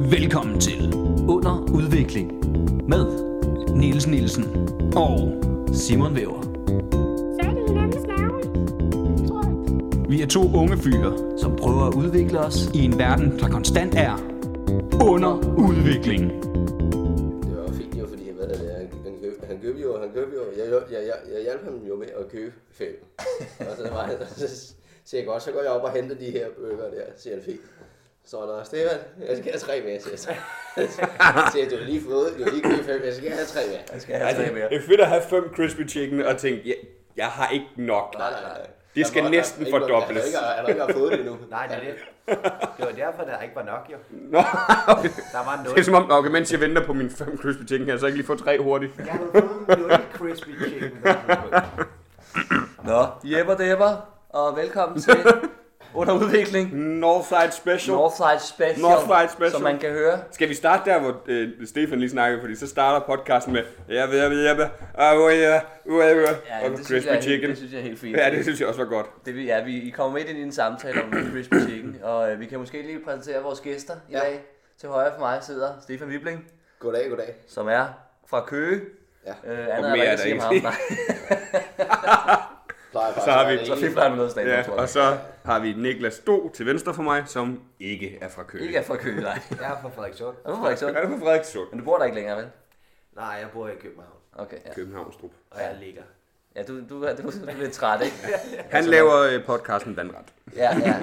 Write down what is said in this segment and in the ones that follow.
Velkommen til Under Udvikling med Niels Nielsen og Simon Væver. Så er det hinandens navne. Tror jeg. Vi er to unge fyre, som prøver at udvikle os i en verden, der konstant er under udvikling. Det var fint jo, fordi hvad er det, han, han, køb, han købte jo, han købte jo, jeg, jeg, jeg, jeg hjalp ham jo med at købe fem. Og så, var, han- så siger jeg godt, så går jeg op og henter de her bøger der, siger han fint. Så nå, Stefan, jeg skal have tre mere, siger jeg. Så siger jeg, du har lige fået, du har lige købt fem, jeg skal have tre mere. Jeg skal have Altså, det er fedt at have fem crispy chicken og tænke, ja, jeg har ikke nok. Nej, nej, nej. Det skal Han var- næsten han- han- fordobles. Han har ikke, han har ikke fået det endnu. Nej, det er det. Det var derfor, der ikke var nok, jo. Nå, okay. Der var nul. Det er som om, okay, mens jeg venter på mine fem crispy chicken, kan jeg så ikke lige få tre hurtigt. Jeg har fået nul crispy chicken. Nå, jepper depper, og velkommen til Underudvikling Northside Special. North. Northside Special, Northside Special. som man kan høre. Skal vi starte der, hvor øh, Stefan lige snakkede, fordi så starter podcasten med, jeg ved, jeg ved, jeg ved, ah, uh, ja, uh, ja, Ja, og det, synes crispy jeg, er helt- chicken. det synes jeg er helt fint. Ja, det synes jeg også var godt. Det, vi- ja, vi I kommer midt ind i en samtale om crispy chicken, og øh, vi kan måske lige præsentere vores gæster i Ja. dag. Til højre for mig sidder Stefan Wibling, Goddag, goddag. som er fra Køge. Ja. Øh, andet er mere der er ikke der at sige om ham. ikke. Nej, Plejer faktisk Så har at vi- være så en- fik han noget stand Ja, tror og jeg. så har vi Niklas Do til venstre for mig, som ikke er fra Køge. Ikke er fra Køge, nej. Jeg er fra Frederikshund. Er du fra Frederikssund? Er du fra Frederikssund? Men du bor der ikke længere, vel? Nej, jeg bor i København, Okay, ja. Københavnstrup. og jeg ligger. Ja, du, du, er- du, du er lidt træt, ikke? Han laver øh, podcasten Vandret. Ja, ja.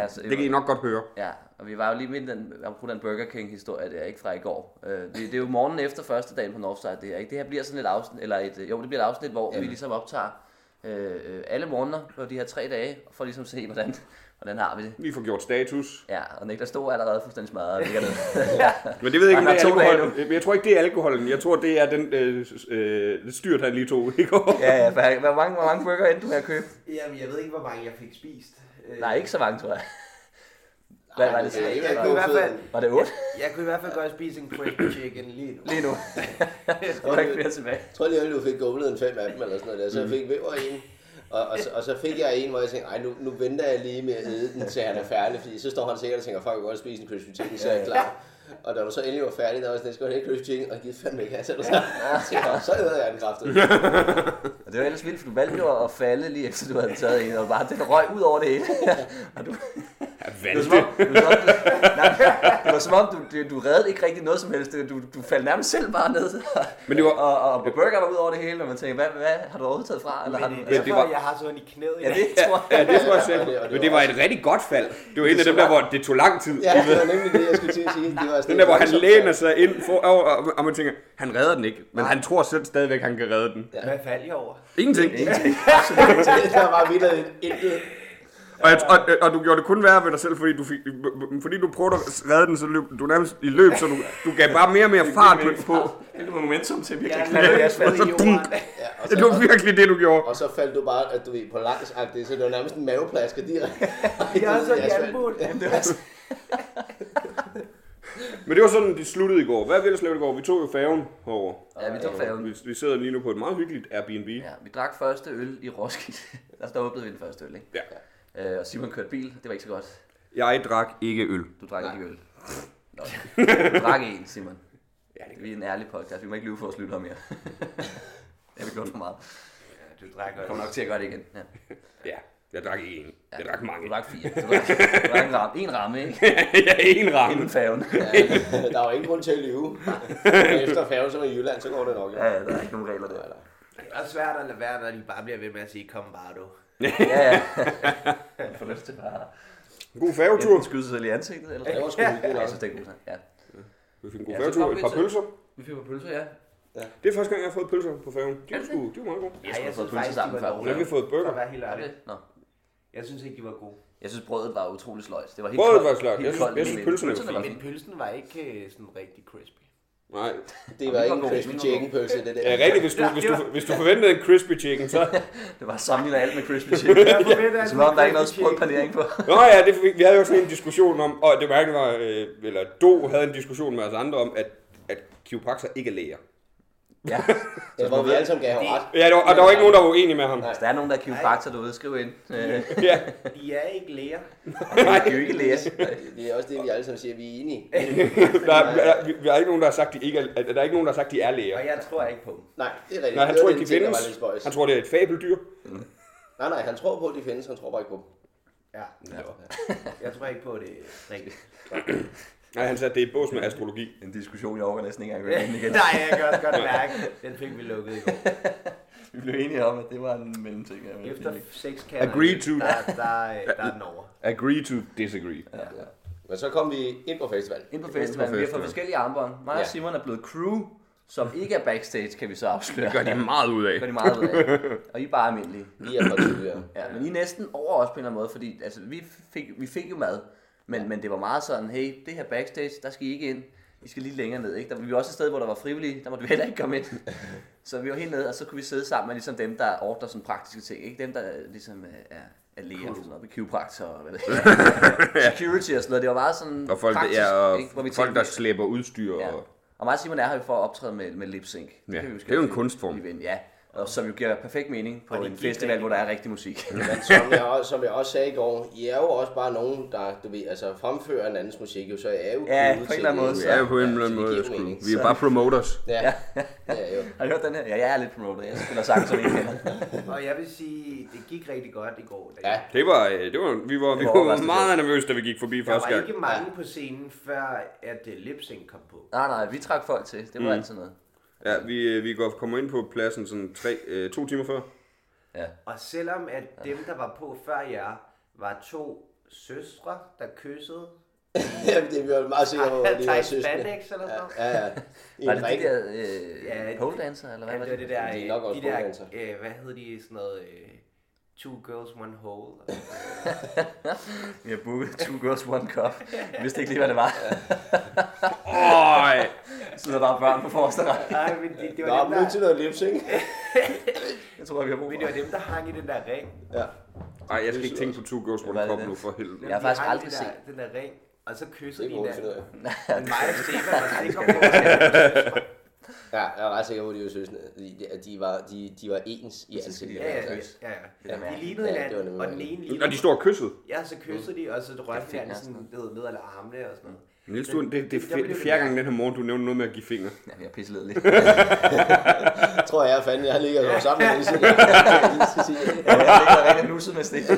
ja så, Det kan I nok godt høre. Ja, og vi var jo lige midt i den, apropos den Burger King-historie, det er ikke fra i går. Øh, det, det, er jo morgenen efter første dagen på Northside, det her, ikke? Det her bliver sådan et afsnit, eller et, øh, jo, det bliver et afsnit, hvor vi ligesom optager øh, øh, alle morgener på de her tre dage, for ligesom at se, hvordan, hvordan har vi det. Vi får gjort status. Ja, og Niklas stod allerede fuldstændig smadret og ligger ned. Men det ved jeg ikke, Han om har to det er dage alkohol. Men Jeg tror ikke, det er alkoholen. Jeg tror, det er den øh, øh, styrt, han lige tog i går. ja, ja, for han- hvor mange, hvor mange burger endte du med at købe? Jamen, jeg ved ikke, hvor mange jeg fik spist. Øh, Nej, ikke så mange, tror jeg. Hvad var det? Ej, så? jeg, det jeg, er kunne i god hvert fald, Var det otte? jeg kunne i hvert fald godt spise en crispy chicken lige nu. Lige nu. Der er ikke flere tilbage. Jeg tror lige, at du fik gumlet en fem af dem eller sådan noget der, så jeg Mhm. fik Væver en. Og, og, så, og så fik jeg en, hvor jeg tænkte, ej, nu, nu venter jeg lige med at æde den, til han er færdig, fordi så står han sikkert og tænker, fuck, jeg kan godt spise en crispy chicken, så er jeg klar. Og da du så endelig var færdig, der var jeg sådan, jeg skal godt have crispy chicken, og jeg gider fandme ikke have, så er du så, så æder jeg den kraftet. Og det var ellers vildt, for du valgte jo at falde lige efter du havde taget en, og bare den røg ud over det hele. og du, Hvad det var som om, det var som om, du, nej, det var som om du, du, du reddede ikke rigtig noget som helst. Du, du faldt nærmest selv bare ned. Men det var- og, og burger var ud over det hele, og man tænker, hvad, hvad har du overhovedet taget fra? Eller har Men du, det er det derfor, var- jeg har sådan i knæet i ja, dag. det tror Ja, jeg. det tror jeg selv. Og det- og det Men det var var et rigtig godt fald. Det var en af dem der, hvor det tog lang tid. Ja, det var nemlig det, jeg skulle til at sige. Det var sådan Den der, hvor han voldsomt. læner sig ind, for, og, og, og man tænker, han redder den ikke. Men han tror selv stadigvæk, han kan redde den. Hvad faldt jeg over? Ingenting. Det var bare vildt intet. Og, jeg, og, og, du gjorde det kun værre ved dig selv, fordi du, fik, fordi du prøvede at redde den, så løb, du nærmest i løb, så du, du gav bare mere og mere fart på. på. Det var momentum til Jeg virkelig. er jeg faldt i jorden. Ja, og Det var så, virkelig det, du gjorde. og så faldt du bare, at du ved, på langsagtigt, så det var nærmest en maveplasker direkte. Jeg har sådan en svært. jernbund. Men det var sådan, det sluttede i går. Hvad ville slet i går? Vi tog jo færgen herover. Øh, Ja, vi tog færgen. Vi, vi sidder lige nu på et meget hyggeligt Airbnb. Ja. Ja, vi drak første øl i Roskilde. der, der åbnede vi den første øl, ikke? ja. Øh, og Simon kørte bil, det var ikke så godt. Jeg drak ikke øl. Du drak ikke øl. Nå. Du drak en, Simon. Ja, det vi er en ærlig podcast. Vi må ikke lyve for os lyttere mere. det har vi gjort for meget. Ja, Du drak Vi kommer nok til at gøre det igen. Ja. Ja, jeg drak ikke en. Jeg drak mange. Du drak fire. Du drak, du drak en, ramme. en ramme, ikke? ja, en ramme. Inden færgen. der var ingen grund til at lyve. Og Efter færgen, så var i Jylland, så går det nok. Ja, ja, der er ikke nogen regler der. Det er også svært at lade være, når de bare bliver ved med at sige, kom bare du. Ja, ja. Jeg får lyst til bare God færgetur. at skyde sig selv i ansigtet. Eller? Det var sgu Ja, hyggeligt. jeg synes, det er godt. Ja. Vi fik en god Ja, så færgetur. kom Et vi par til- pølser. Vi fik på pølser, ja. Det er første gang, jeg har fået pølser på færgen. De var, det sgu, de var meget gode. Jeg, skulle have fået pølse faktisk, sammen de var før. Og så har vi gode. fået For burger. at være helt Er ærlig. det? Nå. Jeg synes ikke, de var gode. Jeg synes, brødet var utrolig sløjt. Det var helt Brødet koldt- var sløjt. helt Jeg synes- koldt jeg i synes, midten. pølserne var Pølserne var Men pølsen var ikke øh, sådan rigtig crispy. Det Nej. var Min ikke var en god, crispy min var chicken pølse, det der. Ja, rigtigt. Hvis du, hvis, du, hvis du forventede en crispy chicken, så... fint. Det var sammenlignet alt med crispy chicken. Som om der ikke er noget sprød panering på. Nå ja, det, vi, vi havde jo sådan en diskussion om, og det mærkelige var, øh, eller Do havde en diskussion med os andre om, at, at kiropraktorer ikke er læger. Ja. Jeg tror, vi alle sammen gav ham ret. Ja, der, var- og der var ikke nogen, der var uenige med ham. Nej. Hvis der er nogen, der er kiropraktor derude, skriv ind. Øh, Ja. I er ikke læger. Vi kan jo ikke læse. Det er også det, vi alle sammen siger, vi er enige. Der, er- der, vi- vi har ikke nogen, der har sagt, de ikke er, at der er ikke nogen, der har sagt, de er læger. Og jeg tror ikke på dem. Nej, det er rigtigt. Nej, han Det tror var ikke, de den ting, der findes. var lidt spøjs. Han tror, det er et fabeldyr. Nej, nej, han tror på, at de findes, han tror bare ikke på dem. Ja. Jeg tror ikke på det rigtigt. Nej, han sagde, det er et bås med astrologi. En diskussion, jeg overgår næsten ikke engang at gå ind igen. Nej, jeg kan også godt mærke, den fik vi lukket i går. Vi blev enige om, at det var en mellemting. jeg ville Efter ikke. seks katter, Agree to. Der, der, der, der er den over. Agree to disagree. Men så kom vi ind på festivalen. Ind på festivalen, vi har fået festivalen. forskellige armbånd. Mig og Ja. Simon er blevet crew, som ikke er backstage, kan vi så afsløre. Gør de meget ud af. Gør de meget ud af. Og I er bare almindelige. Vi er fra tidligere. Ja, Øh. men I er næsten over os på en eller anden måde, fordi altså, vi, fik, vi fik jo mad, men, men det var meget sådan, hey, det her backstage, der skal I ikke ind. I skal lige længere ned, ikke? Der var vi var også et sted, hvor der var frivillige, der måtte vi heller ikke komme ind. Så vi var helt nede, og så kunne vi sidde sammen med ligesom dem, der ordner sådan praktiske ting, ikke? Dem, der øh, ligesom øh, er, er læger og sådan noget, med kiropraktor og hvad det er. Security og sådan noget, det var meget sådan Og folk, praktisk, ja, og ikke? Hvor vi folk der tænkte, slæber udstyr. Ja. Og, Og mig og Simon er her jo for at optræde med, med lip sync. Ja, kan vi det er jo en sige. kunstform. Vi vil- Ja, og som jo giver perfekt mening på Og det en gik festival, rigtig hvor der er rigtig musik. Men som jeg, også, som jeg også sagde i går, I er jo også bare nogen, der du ved, altså, fremfører en andens musik, jo, så jeg er jo Ja, gode på en til eller det. anden måde, vi så- er jo på en eller Ja, så anden det måde. giver sgu. mening. Vi er bare promoters. Ja, det er jo. Har du hørt den her? Ja, jeg er lidt promoter. Jeg spiller sang, som ingen kender. Og jeg vil sige, det gik rigtig godt i går. Ja, Det var, øh, det var, vi var, vi var var overraskende meget nervøse, da vi gik forbi Der første var gang. ikke mange på scenen, før at øh, lipsync kom på. Nej, nej, vi trak folk til. Det var mm. altid noget. Ja, vi, øh, vi går, kommer ind på pladsen sådan tre, øh, to timer før. Ja. Og selvom at dem, der var på før jer, var to søstre, der kyssede. Jamen, det er vi jo meget sikre på, at Han det var tager søskende. spandex eller sådan noget. Ja, ja. I Var en det ring. de der øh, Ja, det- pole dancer, eller hvad Ja, var det var det? det der, De er øh, nok også de der pådanser. øh, hvad hedder de, sådan noget, øh, two girls, one hole. Vi har booket Two Girls One Cup. Jeg vidste ikke lige, hvad det var. Øj! Så sidder bare børn på forreste række. Nej, men det, Nå, det, var dem, men nu til der, noget lipsing. Jeg tror, vi har brug men for det var det. dem, der hang i den der ring. Ja. Ej, jeg skal ikke tænke på Two Girls Hvad One er Cup det? nu for helvede. Jeg har De faktisk hang i aldrig den der- set. Den der ring, og så kyssede Det de må vi finde ud hinanden. af. Men mig og Stefan var sikker på, Ja, jeg er ret sikker på, at de var søskende. De, at de, var, de, de var ens i ansigtet. Ja, ja, ja, ja. De lignede Ja, det var hinanden, nemlig og den mærkeligt. ene Og lignede de står og kysset. Ja, så kyssede de, og så rørte fingre hinanden og sådan sådan ned, ned alle armene og sådan noget. Niels, du, det, det er Der blev fj- det fjerde gang den her morgen, du nævner noget med at give fingre. Ja, vi har pisset lidt. Jeg tror, jeg fandme, jeg ligger jo sammen med dem, så Jeg ligger rigtig nusset med Stefan.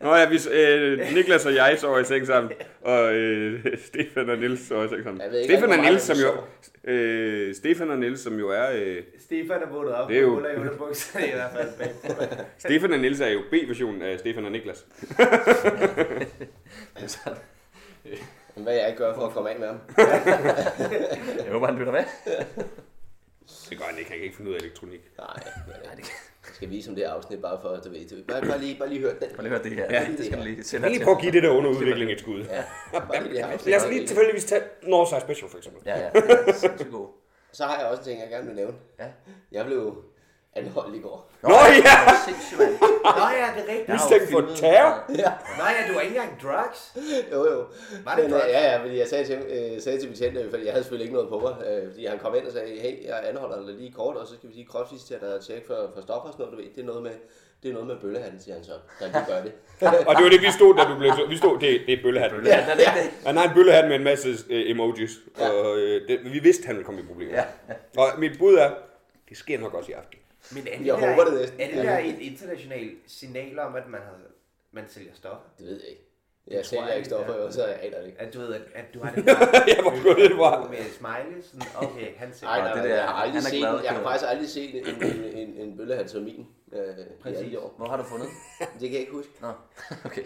Nå ja, hvis øh, Niklas og jeg sover i seng sammen, og øh, Stefan og Nils sover i seng sammen. Jeg ved ikke, Stefan hvor og meget Nils, som vi jo, øh, Stefan og Nils, som jo er, øh, Stefan er vågnet op Det er jo- med huller i underbukserne i hvert fald bagpå. Stefan og Nils er jo B-versionen af Stefan og Niklas. Hvad jeg ikke gør for at komme af med ham. Jeg håber, han lytter med. Det gør han ikke, han kan ikke finde ud af elektronik. Nej, det er det Nej, ikke. det kan Jeg skal vise om det afsnit, bare for at du ved det. Bare, bare, lige, bare lige hør den. Prøv lige at høre det her. Ja. det skal du lige sende Kan I dig lige til. prøve at give det der under udvikling et skud? Ja, bare lige det afsnit. Lad os lige tilfældigvis tage Northside Special, for eksempel. Ja, ja. Det er sindssygt god. Så har jeg også en ting, jeg gerne vil nævne. Ja. Jeg blev anholdt i går. Nå ja! Det er sindssygt, mand. Nå ja, det er rigtigt. Mistænkt for terror? Nå ja, du har ikke engang drugs. Jo, jo. Var det Men, godt? øh, Ja, ja, fordi jeg sagde til, øh, sagde til betjenten, fordi jeg havde selvfølgelig ikke noget på mig, øh, fordi han kom ind og sagde, hey, jeg anholder dig lige kort, og så skal vi lige kropsvisitere dig og tjekke for, for stoffer og sådan noget, du ved. Det er noget med, det er noget med bøllehandel, siger han så, da vi gør det. Og det var det, vi stod, da du blev... Vi stod, det, det er bøllehatten. Ja, den er ikke det. Han har en bøllehat med en masse øh, emojis, og øh, det, vi vidste, han ville komme i problemer. Ja. Og mit bud er, det sker nok også i aften. Men er det, Jeg der, håber det næsten. er det der et internationalt signal om, at man, har, man sælger stoffer? Det ved jeg ikke. Jeg tror sælger jeg ikke stoffer, ikke, ja. jo, så jeg aner det ikke. At du ved, at, at du har den der Ja, hvor godt det var. med smiley, sådan, okay, han sælger. Nej, nej, det nej, der- jeg har aldrig han er set, glad, jeg har Peter. faktisk aldrig set en, en, en, en bøllehat som min øh, i alle de år. Hvor har du fundet? den? Det kan jeg ikke huske. Nå, okay.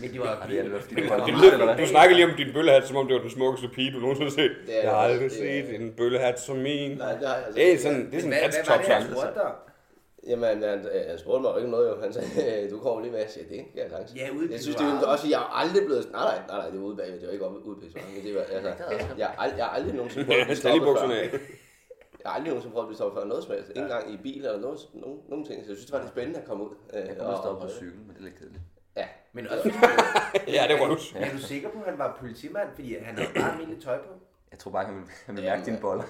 Men det var Ej, det er det, vildt. fordi du holder Det meget, eller lyder, hvad? du snakkede lige om din bøllehat, som om det var den smukkeste pige, du nogensinde har set. Det er Jeg har det. aldrig Det er- set en bøllehat som min. Nej, det har jeg altså Det er ikke. sådan, det er sådan Hvad, en hvad var det, catch-top-sang. han spurgte dig? om? Jamen, han, øh, han spurgte mig jo ikke noget, jo. Han sagde, øh, du kommer lige med. Jeg siger, det kan jeg sagtens. Ja, ude i Jeg synes, det er pissoiret. også, fordi jeg har aldrig blevet... Nej, nej, nej, nej det var ude bagved. Det var ikke oppe ude på Men det var, altså, det er også godt. jeg, har ald- jeg har aldrig nogensinde prøvet at Han blive tager lige stoppet før. bukserne af. Jeg har aldrig nogensinde progensprøvet blev stoppet før noget som helst. Ikke engang i bil eller nogen, nogen, nogen ting. Så jeg synes, det var lidt spændende at komme ud. Øh, Jeg kunne stoppe på cyklen, men det er lidt kedeligt. Ja. Men også, Ja, det er røvs. er du sikker på, at han var politimand? Fordi han havde bare almindeligt tøj på. Jeg Jeg tror bare, han vil, han vil mærke dine boller.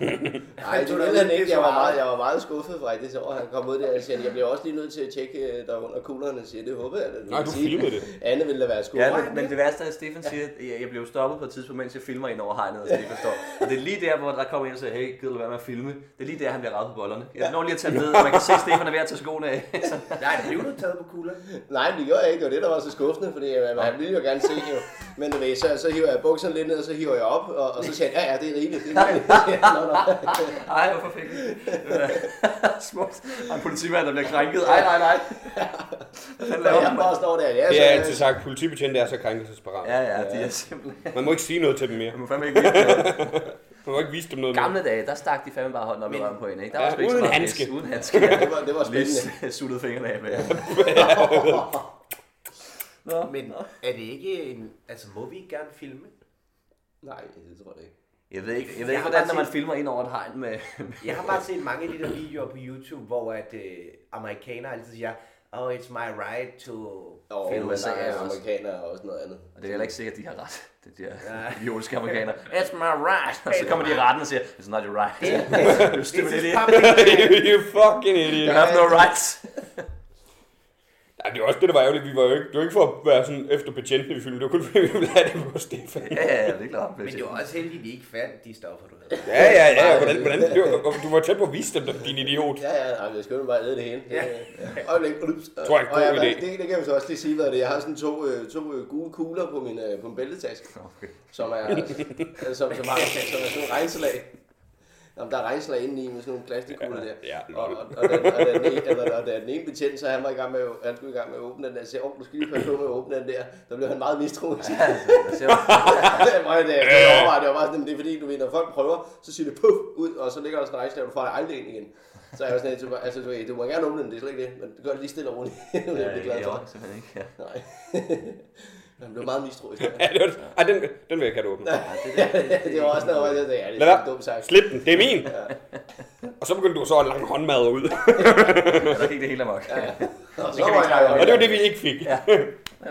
Nej, det ville han ikke. Jeg var, meget, jeg var meget skuffet faktisk over, at han kom ud der og siger, jeg bliver også lige nødt til at tjekke øh, der under kuglerne og siger, det håber jeg, at Nej, du filmede det. Anne ville da være skuffet. Ja, men, men det værste er, at Stefan siger, at jeg, jeg blev stoppet på et tidspunkt, mens jeg filmer ind over hegnet, og Stefan står. Og det er lige der, hvor der kommer ind og siger, hey, gider du være med at filme? Det er lige der, han bliver ravet på bollerne. Jeg når lige at tage ned, og man kan se, at Stefan er ved at tage skoene af. Så Nej, det blev du taget på kugler. Nej, men det gjorde jeg ikke. Det var det, der var så skuffende, fordi jeg, jeg ville jo gerne se jo. Men du ved, så, så hiver jeg bukserne lidt ned, og så hiver jeg op, og, og så siger han, ja, ja, det er rigeligt. Det er rigeligt. Nå, nå. Ej, hvor perfekt. Smukt. Og en politimand, der bliver krænket. Ej, nej, nej. Han Og laver jeg bare den bare. står der, ja, Det så, øh, er altid sagt, politibetjente er så krænkelsesparat. Altså, Ja, ja, de er simpelthen... Man må ikke sige noget til dem mere. Man må fandme ikke vide noget. Man må ikke vise dem noget mere. Gamle dage, der stak de fandme bare hånden op i røven på hende, ikke? Der Ja, var sgu ikke så uden meget pis. handske. Uden handske. ja. det var, det var spændende. Lige suttede fingrene af med. Nå, Men er det ikke en... Altså, må vi ikke gerne filme? Nej, det tror jeg ikke. Jeg ved ikke, jeg ved Jeg ikke har hvordan, bare når man set- filmer ind over et hegn med... Jeg har bare set mange af de der videoer på YouTube, hvor at øh, amerikanere altid siger, oh, it's my right to Og film. Film, USA USA er er øh, også- amerikanere er også noget andet. Og det er heller ikke sikkert, at de har ret, de der Ja. idiotiske amerikanere. It's my right! Og så kommer de i retten og siger, it's not your right. Just do This it. is public. you fucking You idiot. have no rights. Ja, det var også det, der var ærgerligt. Vi var jo ikke, det var ikke for at være sådan efter betjentene, vi filmede. Det var kun fordi, vi ville have det på Stefan. Ja, ja, ja, det er klart. Men det var også heldigt, at vi ikke fandt de stoffer, du havde. Ja, ja, ja. Hvordan, hvordan, det var, og du var tæt på at vise dem, din idiot. Ja, ja, nej, jeg skal jo bare æde det hele. Ja. Øh, Øjeblik, ups. Tror jeg er en Og god jeg- idé. Det, det kan vi så også lige sige, hvad det er. Jeg har sådan to, øh, to øh, gule kugler på min, øh, på min bæltetaske, Okay. som er, som, som, har, som er sådan en regnslag. Jamen, der er regnslag indeni med sådan nogle plastikkugler der. Ja, lol. og, og, og, den, og, den ene, eller, og den ene betjent, så han var i gang med, at- han skulle i gang med at åbne den der, så siger, åh, du skal lige passe på med at åbne den der. Der blev han meget mistroisk. altså, det var, det, det, overvejede, det var bare sådan, "Men det er fordi, du ved, når folk prøver, så siger det puff ud, og så ligger der sådan en rejse, og du får det aldrig ind igen. Så jeg var sådan, lidt, altså, du, ved, du må gerne åbne den, det er slet ikke det, men gør det lige stille og roligt. det er jeg glad for. simpelthen ikke. Ja. Nej. Han blev meget mistroisk. Ja, det var, ej, den, den vil jeg ikke have, du åbner. det var også noget, hvor jeg sagde, ja, det Lad er være. en dum sagt. Slip den, det er min. Og så begyndte du så at lange håndmad ud. Ja, der gik det hele amok. Ja, Og så kan var vi ikke snakke om. Og jeg det var det, vi ikke fik. jeg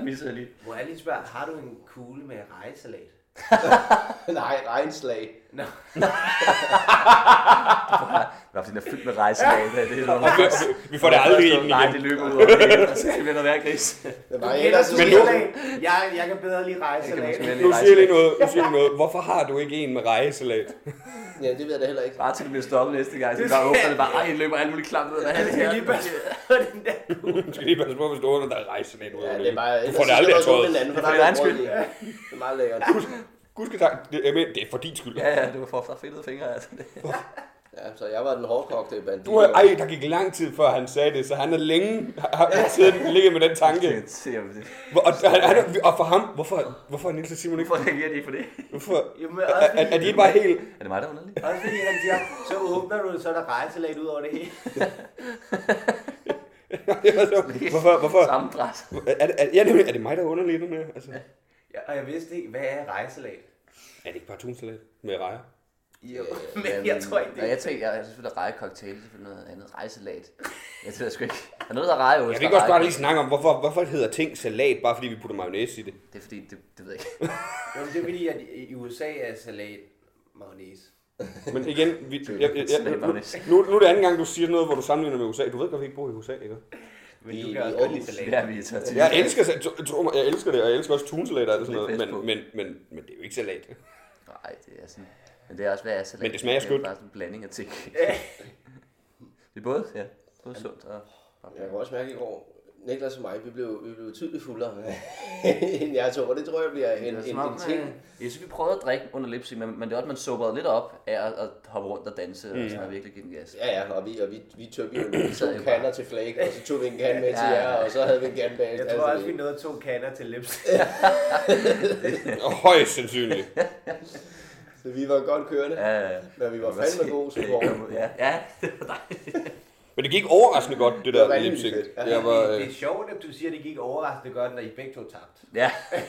missede lige. Må jeg lige spørge, har du en kugle med rejesalat? jo, nej, regnslag. Nå, Nå, fordi den er fyldt med rejselag. Det er noget, Og vi, vi får det aldrig ind Nej, igen. det løber ud over det hele. og Så bliver der værre gris. Det var kender du ellers, Men men nu- Jeg, jeg kan bedre lige Det kan man rejesalat. simpelthen Nu ikke siger jeg rejse. lige noget. Nu siger jeg lige noget. Hvorfor har du ikke en med rejesalat? ja, det ved jeg da heller ikke. Bare til du bliver stoppet næste gang, så bare åbner det bare, ej, løber alt muligt klamt ud af det her. Jeg skal lige passe på den der. Du skal lige passe på, hvis du åbner, der er rejesalat ud. over Ja, det det er hele. bare, du får det aldrig af tøjet. Den anden, for Det der er for er din egen lidt brød i. Det er meget lækkert. Gud skal tak. Det, jeg mener, det er for din skyld. Ja, ja, du får fra fedtede fingre. Altså. Det- Ja, så jeg var den hårdkogte bandit. Du, har- ej, der gik lang tid før han sagde det, så han er længe har, har siddet ligget med den tanke. Det ser vi det. Hvor- Og, og, han, er- og for ham, hvorfor, hvorfor er Niels og Simon ikke? Hvorfor reagerer de ikke på det? Hvorfor, Jamen, er, også, er, er de ikke bare helt... Er det mig, der er underlig? også fordi han siger, så åbner du, så er der rejesalat ud over det hele. Hvorfor, hvorfor? Samme pres. Er, det- er, ja, nemlig, er det mig, der er underlig i den her? Altså, Ja, og jeg vidste ikke, hvad er rejesalat? er det ikke bare tunsalat med rejer? Jo, men jeg tror ikke, det er- det. Øhm, Jeg tænker, jeg, jeg synes, at rejecocktail er selvfølgelig noget andet. Rejselat. Jeg tror sgu ikke. Der er noget, der er rejeost. Jeg vil og også bare rejecocktail. lige snakke om, hvorfor, hvorfor hedder ting salat, bare fordi vi putter mayonnaise i det. Det er fordi, det, det ved jeg ikke. Jamen, det er fordi, at i USA er salat mayonnaise. Men igen, vi, jeg, jeg, jeg, Salat mayonnaise. nu, nu er det anden gang, du siger noget, hvor du sammenligner med USA. Du ved godt, vi ikke bor i USA, ikke? Men I- du kan i også godt lide Aarhus. salat. Ja, vi er tørt til. Jeg elsker, sa- tro- tro mig, jeg elsker det, og jeg elsker også tunsalat og alt sådan Lidt noget, fast på. men, men, men, men det er jo ikke salat. Nej, det er sådan... Men det er også, hvad er salat? Men det smager Det skønt. er bare sådan en blanding af ting. det er både, ja. Både sundt og... og- Jeg kan også mærke i går, Niklas og mig, vi blev, vi blev tydeligt fuldere, end jeg tror. Det tror jeg bliver en, Det en, er som om, en ting. øh, Jeg synes, vi prøvede at drikke under lipsy, men, men det er også, man sobrede lidt op af at, at hoppe rundt og danse, mm. og sådan noget, virkelig give den gas. Ja, ja, og vi, og vi, vi tømte jo sad jo to bare. kander til Flake, og så tog vi en kan med til Ja, jer, ja, ja. og så havde vi en kan Altså, bag. Jeg tror også, vi nåede to kander til lips. Og Højst sandsynligt. Så vi var godt kørende, Ja, men vi var det var fandme gode som går. ja, ja, det var dejligt. Men det gik overraskende godt, Det det var der vanvittigt lipsync. fedt. Ja. Jeg var, Det, øh, det er sjovt, at du siger, at det gik overraskende godt, når I begge to tabte. Ja, men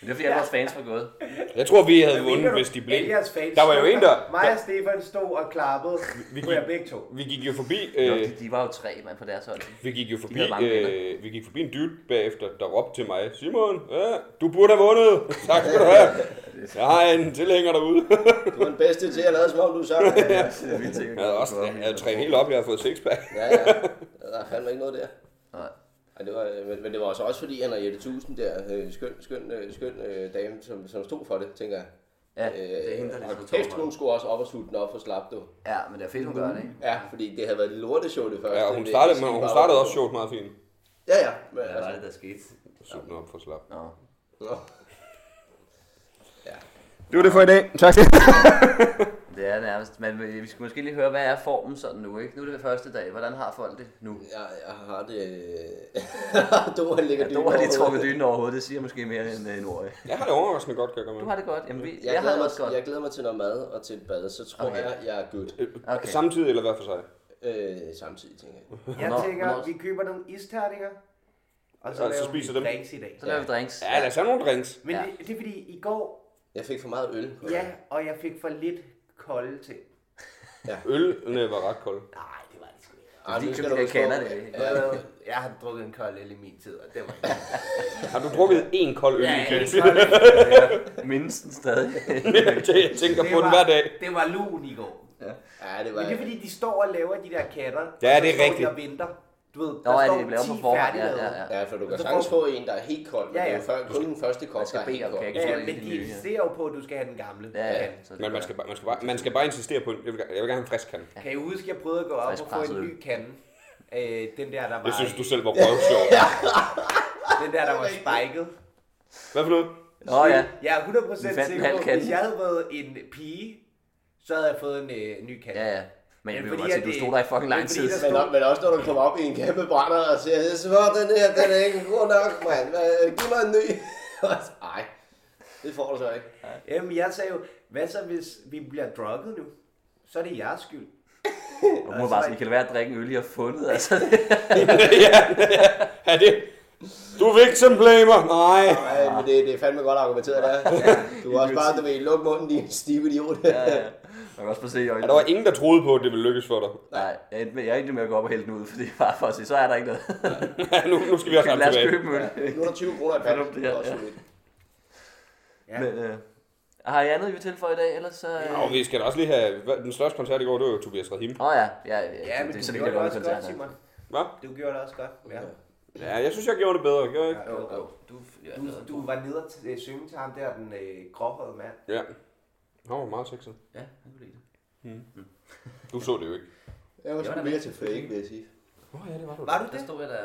det er fordi, alle vores fans var gået. jeg tror, vi havde Hvad mener vundet, du? hvis de blev. Alle jeres fans Der var jo stod en, der- Mig og der- Stefan stod og klappede vi på gik- jer begge to. Vi gik jo forbi, Nå, øh, de, de var jo tre, mand, på deres hold. vi gik jo forbi, havde mange venner. øh, vi gik forbi en dude bagefter, der råbte til mig, Simon, ja, du burde have vundet. Tak skal du have. Jeg har en tilhænger derude. Du er den bedste til at lade som om du er sammen. Ja, ja. Vi tænker, Jeg har også jeg har trænet helt op, jeg har fået sixpack. ja, ja. Der er fandme ikke noget der. Nej. Ej, det var, men, men det var altså også fordi, han og Jette Tusind der, øh, skøn, skøn, øh, skøn øh, dame, som, som stod for det, tænker jeg. Ja, det er hende, der ligesom og tog kæft, mig. hun skulle også op og slutte den op for slap, du. Ja, men det er fedt, hun gør det, ikke? Ja, fordi det havde været et lorteshow det første. Ja, og hun Det- startede, det men skete hun bare startede op. også sjovt meget fint. Ja, ja. Men, Hvad var altså, det, der skete? Sut den op for slap. Nå. nå. Det var det for i dag. Tak. Det er nærmest. Men øh, vi skal måske lige høre, hvad er formen sådan nu, ikke? Nu er det første dag. Hvordan har folk det nu? Jeg, jeg har det... øh, Doha ligger Ja, dybt dog har de over trukket hovedet. dynen over hovedet. Det siger måske mere end øh, en ord. ikke? Jeg har det overraskende godt, kan jeg Du komme har det godt. Jamen, vi, jeg, Jeg, jeg har glæder det mig, også godt. jeg glæder mig til noget mad og til et bad, så tror Okay. okay. jeg, jeg er good. Okay. Øh, Samtidig eller hvad for sig? Øh, samtidig, tænker jeg. Jeg Hvornår- tænker, hvornår- vi køber nogle isterninger, og så, Og så laver spiser vi dem. drinks i dag. Så laver vi drinks. Ja, lad os have nogle drinks. Men Ja. det, det er fordi, i går, Jeg fik for meget øl. ja, og jeg fik for lidt kolde ting. Ølene var ret kolde. Nej, det var altså- det sgu ikke. Ej, fordi nu skal jeg du huske kender på- det ikke. Ja, ja. Øh, Jeg har drukket en kold øl i min tid, og det var ikke. Har du drukket én kold øl i en dag? kold øl. Mindst stadig. Jeg tænker på den hver dag. det var lun i går. ja, det var... Men det er fordi, de står og laver de der katter. Ja, og så det er står de rigtigt. og venter. Du ved, Nå, der ja, står det bliver 10 på forhånd. Ja, færdiglavede. ja, ja. Ja, for du kan Så sagtens får- få en, der er helt kold, men Ja, ja, ja. det ja. er jo før, kun den første kop, der skal er helt bede om kold. kage. Ja, tror, ja, det er men de nye, de ja. ser jo på, at du skal have den gamle. Ja, ja. Så det Men man gør- skal, bare, man, skal bare, man skal bare insistere på, en- jeg vil, gerne- jeg vil gerne have en frisk kan. Kan I huske, jeg prøvede at gå op Frisk og få presset en øl. ny kande? Øh, den der, der var, Jeg synes, du selv var røvsjov. den der, der var spiket. Hvad for noget? Nå ja. Jeg er 100% Vi fandt en sikker halv på, at kande. hvis jeg havde været en pige, så havde jeg fået en øh, ny kande. Ja, ja. Men Men vi må fordi bare sige, at du det- stod der i fucking lang men tid. fordi der- Men, o- men også når du kommer op i en kæmpe brænder og siger, jeg synes, hvor den her, den er ikke god nok, mand. Hvad- Giv mig en ny. Nej, det får du så ikke. Jamen, jeg sagde jo, hvad så hvis vi bliver drukket nu? Så er det jeres skyld. Og hun var bare sådan, kan det være at drikke en øl, I har fundet? Altså, ja, ja, det. Du er victim blamer. Nej. Ah. Ej, men det, det er fandme godt argumenteret, der. Du er også bare, du ved, luk munden, din stive idiot. ja, ja. Man kan også bare se i Ja, øjnene. der var ingen, der troede på, at det ville lykkes for dig. Nej, jeg endte med, jeg endte med at gå op og hælde den ud, fordi bare for at sige, så er der ikke noget. nu, nu skal vi også have Lad ham os tilbage. købe en øl. Nu er der 20 kroner i panden. Ja, Det er også ja. solidt. Ja. Men, øh, har I andet, I vil tilføje i dag, ellers så... øh, Og vi skal da også lige have, hvad- den største koncert i går, det var jo Tobias Rahim. Åh oh, ja, ja, ja, Ja, men det er du så vigtigt gjorde at det gå med også godt, koncerter. Simon. Hvad? Du gjorde det også godt. Ja. Ja, jeg synes, jeg gjorde det bedre, gjorde jeg ikke? Jo, jo. Du, ja, Du, du var nede og t- øh, synge til ham der, den øh, gråhårede mand. Ja. Han var meget sexet. ja, jeg kunne lide det. Du så det jo ikke. Jeg var sgu da mere til fake, vil jeg sige. Åh, oh, ja, det var du. Var du Der det? stod jeg der,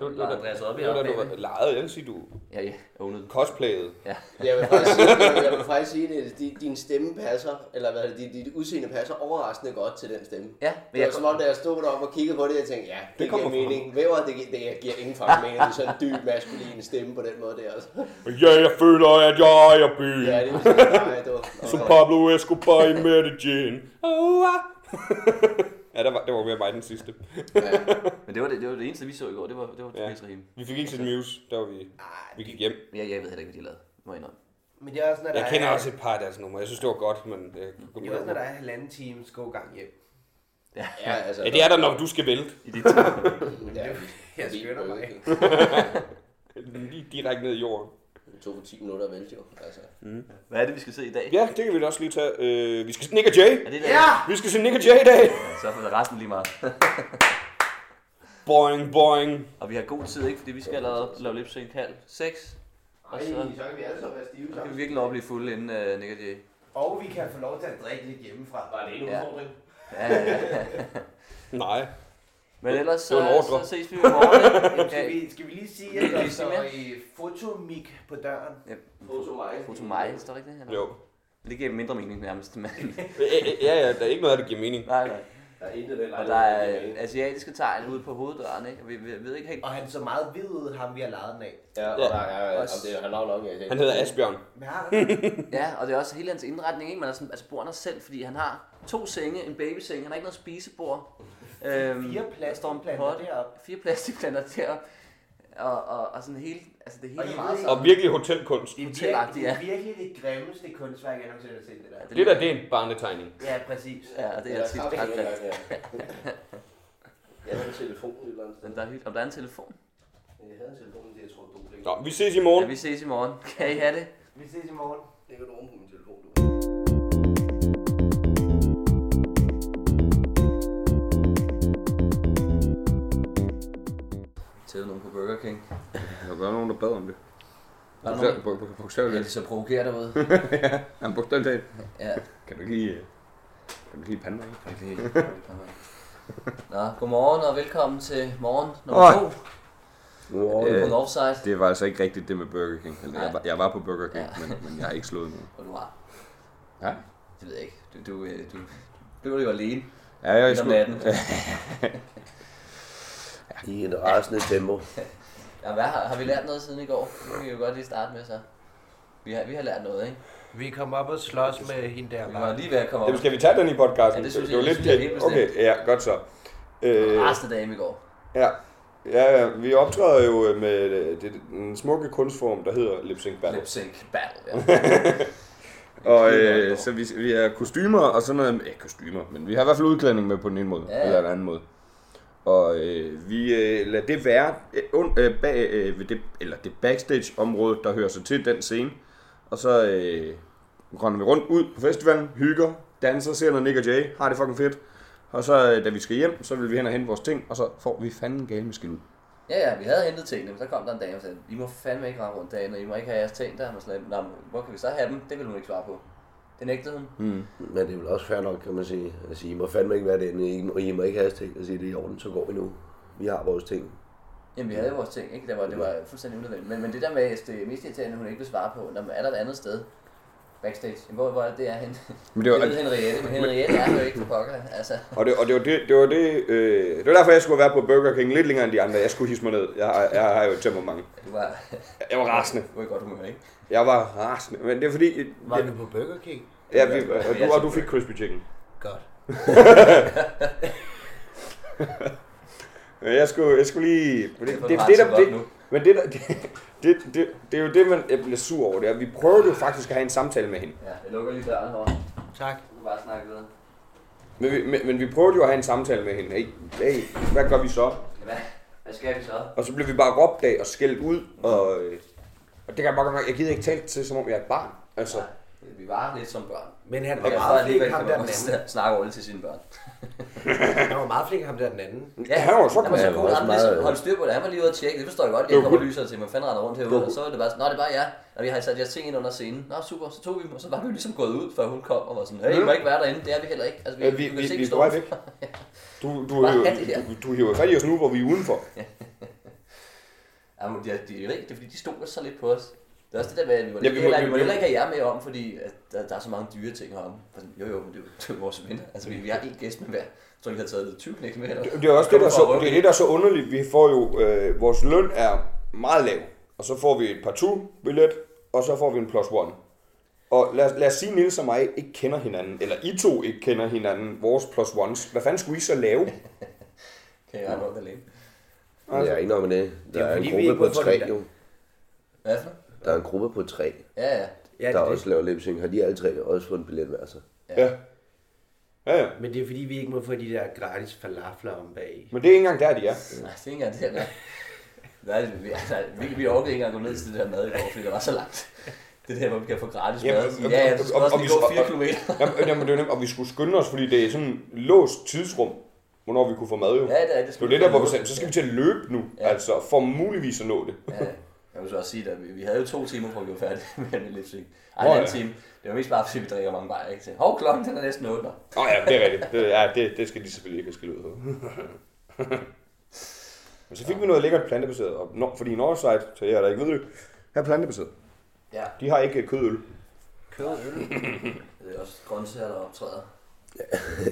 Du, du, og Andreas Oddbjerg du, du, oppe du bagved. legede, jeg vil sige, du Ja, ja, åbnede den. cosplayede. Jeg vil faktisk sige, jeg, jeg vil faktisk sige at din, din stemme passer, eller hvad er det, dit, dit udseende passer overraskende godt til den stemme. Ja, men Det var jeg, som om, da jeg stod deroppe og kiggede på det, jeg tænkte, ja, det, det kommer giver fra mening. Væver, det, gi- det giver ingen fucking mening, det er sådan en dyb maskulin stemme på den måde der. Altså. Ja, jeg føler, at jeg ejer byen. Ja, det er sådan, nej, det var... Som Pablo Escobar i Medellin. Oh, ah. ja, der var, det var mere mig den sidste. men det var det, det var det eneste, vi så i går, det var, det var Tobias Rahim. Vi fik ikke set Muse, der var vi. Vi gik hjem. Men jeg, jeg ved heller ikke, hvad de lavede, må jeg indrømme. Men det er også, når der Jeg kender er, også et par af deres numre. Jeg synes, det var godt, men... øh, Jeg, Det er også, når der er halvanden times god gang hjem. Ja, altså, ja, det er der, når du skal vælte. I dit tid. Ja, Jeg vi- skynder mig. Lige direkte ned i jorden. Det tog 10 minutter at vælte jo. Altså. Hvad er det, vi skal se i dag? Ja, det kan vi da også lige tage. Øh, vi skal se Nick og Jay. Er det der? Ja! Vi skal se Nick og Jay i dag. Så er det resten lige meget. Boing, boing. Og vi har god tid, ikke? Fordi vi skal allerede lave lipsync halv seks. Og så, så kan vi alle sammen være stive så kan vi virkelig nå at blive fulde inden uh, Nick og Jay. Og vi kan få lov til at drikke lidt hjemmefra. Var det en Ja. udfordring? Ja, ja, ja. Nej. Men ellers Det så, var en ordre. så ses vi jo i morgen. ikke? Øh, Skal Ja, vi, skal vi lige sige, at der lige sige står mere? øh, fotomik på døren? Foto mig. Foto mig, står der ikke det? Eller? Jo. Det giver mindre mening nærmest, men... Øh, øh, Ja, ja, der er ikke noget af det, der giver mening. nej, nej. Der er intet den Og der er øh, asiatiske tegn ude på hoveddøren, ikke? Og vi, vi ved ikke helt... Og han så meget hvid ud, ham vi har lejet den af. Ja, og der er... Om det er han nok nok, jeg Han hedder Asbjørn. Men har han? Ja, og det er også hele hans indretning, ikke? Man er sådan, altså bor han også selv, fordi han har to senge, en babyseng, han har ikke noget spisebord. Øhm, Fire der står en plastikplanter pot. deroppe. Fire plastikplanter deroppe. Og, og, og sådan hele, altså det hele Og I er ved meget ikke- Og virkelig hotelkunst. Det er virkelig, Hotelagtigt, det, er ja. virkelig det grimmeste kunstværk, jeg nogensinde har set det der. Det der, det er en barnetegning. Ja, præcis. Ja, og det er tit ret grimt. Jeg havde telefonen et eller andet sted. Men der er hyggeligt. Om der er en telefon? Jeg havde telefonen, det jeg tror, du Nå, vi ses i morgen. Ja, vi ses i morgen. Kan I have det? Vi ses i morgen. Det kan du rumme på min telefon, du. Tævede nogen på Burger King. Der var nogen, der bad om det. Var der nogen? Ja, de Bogstaveligt. så provokerer derude. Jamen, bogstaveligt talt. Ja, Kan du ikke lige... øh, Kan du ikke lige pande mig? det er helt- Nå, godmorgen og velkommen til morgen Åh, nummer to øh, øh, på Northside. Det var altså ikke rigtigt det med Burger King. Eller, Nej. jeg, var, jeg var på Burger King, Ja. men, men jeg har ikke slået nogen. Hvor du har. Ja. Det ved jeg ikke. Du, du, øh, du, du blev jo alene Ja, jeg er midt om sgu- natten. I en rasende tempo. Ja, hvad har, har vi lært noget siden i går? Det kan vi jo godt lige starte med så. Vi har, vi har lært noget, ikke? Vi kom op og slås med hende der. Vi Var. var lige ved at komme op. Jamen, skal vi tage den i podcasten? Ja, det synes var jeg- det synes jeg helt bestemt. Okay, ja, godt så. Øh... Øh, Resten af dagen i går. ja. Ja, ja, vi optræder jo øh, med øh, det, den smukke kunstform, der hedder lip sync battle. Lip sync battle, ja. Og Det er godt i går. øh, så vi, vi har kostymer og sådan noget. Ja, kostymer, men vi har i hvert fald udklædning med på den ene måde, Ja, ja. ja. eller den anden måde. Og øh, vi øh, lader det være øh, und, øh, bag, øh, ved det, eller det backstage-område, der hører sig til den scene. Og så øh, render vi rundt ud på festivalen, hygger, danser, ser noget Nick og Jay, har det fucking fedt. Og så, øh, da vi skal hjem, så vil vi hen og hente vores ting, og så får vi fanden gale med ud. Ja, ja, vi havde hentet tingene, men så kom der en dame og sagde, I må fandme ikke rende rundt derinde, og I må ikke have jeres ting der. Og sådan, lidt, Nå, men hvor kan vi så have dem? Det ville hun ikke svare på. Det nægtede hun. Mm. Men det er vel også fair nok, kan man sige. Altså, I må fandme ikke være derinde. I må, I må ikke have jeres ting. Altså, det er i orden, så går vi nu. Vi har vores ting. Jamen, vi havde jo vores ting, ikke? Det var, det var fuldstændig unødvendigt. Men, men det der med, at det mest irriterende, hun ikke vil svare på, når man er der et andet sted, backstage, Jamen, hvor, hvor er det, det er henne? Men Det det var, ved Henriette, men Henriette er jo ikke for pokker, altså. Og det, og det var det, det, var det, øh, det var derfor, jeg skulle være på Burger King lidt længere end de andre. Jeg skulle hisse mig ned. Jeg har, jeg har jo et temperament. Du var, Jeg var rasende. du var i godt humør, ikke? Jeg var rasende. Men det er fordi... Var Jeg, vi på Burger King? ja, vi, og, du, og du fik crispy chicken. Godt. Men jeg skulle, jeg skulle lige... Det, det, Derfor det, har det, jeg der, det så godt det, nu. men det, der, det, det, det, det, er jo det, man jeg bliver sur over. Det er, at vi prøvede jo faktisk at have en samtale med hende. Ja, jeg lukker lige døren herovre. Tak. Du kan bare snakke videre. Men vi, men, men vi prøvede jo at have en samtale med hende. Hey, hey, hvad gør vi så? Hvad, hvad skal vi så? Og så blev vi bare råbt af og skældt ud. Og, øh, og det kan jeg bare godt mærke. Jeg gider ikke tale til, som om jeg er et barn. Altså, Vi var lidt som børn. Men han var Og jeg meget flink, alligevel ham kan der man den anden. godt snakke ordentligt til sine børn. Han var meget flink, ham der den anden. Ja, han var jo så Han var så god. god, også han var ligesom altså, meget- holdt styr på det. Han var lige ude og tjekke. Det forstår jeg godt. var Jeg kommer kun- lyser til, man fanden render rundt herude. Og så var det bare sådan, nå, det er bare jer. Og vi har sat jeres ting ind under scenen. Nå, super. Så tog vi dem, og så var vi jo ligesom gået ud, før hun kom og var sådan, hey, I må ikke være derinde. Det er vi heller ikke. Altså, vi, Ja, ja, vi- vi, kan vi- se, vi vi er på står vej væk. Du, du, Hvad du, er det her? du, du hiver fat i os nu, hvor vi er udenfor. Jamen, de, de, jeg ved ikke, det er fordi, de stoler så lidt på os. Det er også det der med, at vi må, Ja, ja, vi vi må- heller, vi- vi må vi- heller ikke have jer med om, fordi at der, der er så mange dyre ting heromme. Og sådan, Jo, jo, men det er jo, det er jo vores venner. Altså, vi, vi har én gæst med hver. Jeg tror, ikke, vi har taget 20 knæk med. Eller? Det er også det, Kommer der fra er så, Rødby. det, er det, der er så underligt. Vi får jo, øh, vores løn er meget lav, og så får vi et par billet og så får vi en plus one. Og lad, os- lad os sige, at Niels og mig ikke kender hinanden, eller I to ikke kender hinanden, vores plus ones. Hvad fanden skulle I så lave? Kan jeg rende rundt alene? Jeg er enig om det. Der jo er, fordi, en vi gruppe ikke på må få tre, den der- jo. Hvad for noget? Der er en gruppe på tre, Ja, ja. Ja, der det, også laver lipsync. Har de alle tre også fået en billet hver sig? Ja. Ja, ja. Men det er fordi, vi ikke må få de der gratis falafler om bag. Men det er ikke engang der, de er. Nej, det er ikke engang Øh, det her. Nej, det- vi, nej, vi, vi orkede ikke engang gå ned til det der mad i går, fordi det var så langt. Det er der, hvor vi kan få gratis Ja, mad. og- Ja, ja, og- du skal og- også og lige vi- gå og- 4 og- km. Jamen, jamen, det er jo nemt, og vi skulle skynde os, fordi det er sådan en låst tidsrum, hvornår vi kunne få mad jo. Ja, det er det. Det er jo det der, hvor vi sagde, så skal vi til at løbe nu, Ja. altså, for muligvis at nå det. Ja, jeg vil så også sige, at vi, vi havde jo to timer, for at vi var færdige med en lipsync. Ej, Nå, en anden ja. time. Det var mest bare, fordi vi drikker mange bajer, ikke? Så, Hov, klokken den er næsten 8. nå. Åh oh, ja, det er rigtigt. Det, ja, det, det skal de selvfølgelig ikke have skille ud på. Men så fik vi noget lækkert plantebaseret, og no, fordi Northside, så jeg der ikke ved det, her er plantebaseret. Ja, De har ikke øh, kødøl. det er også grøntsager, der optræder.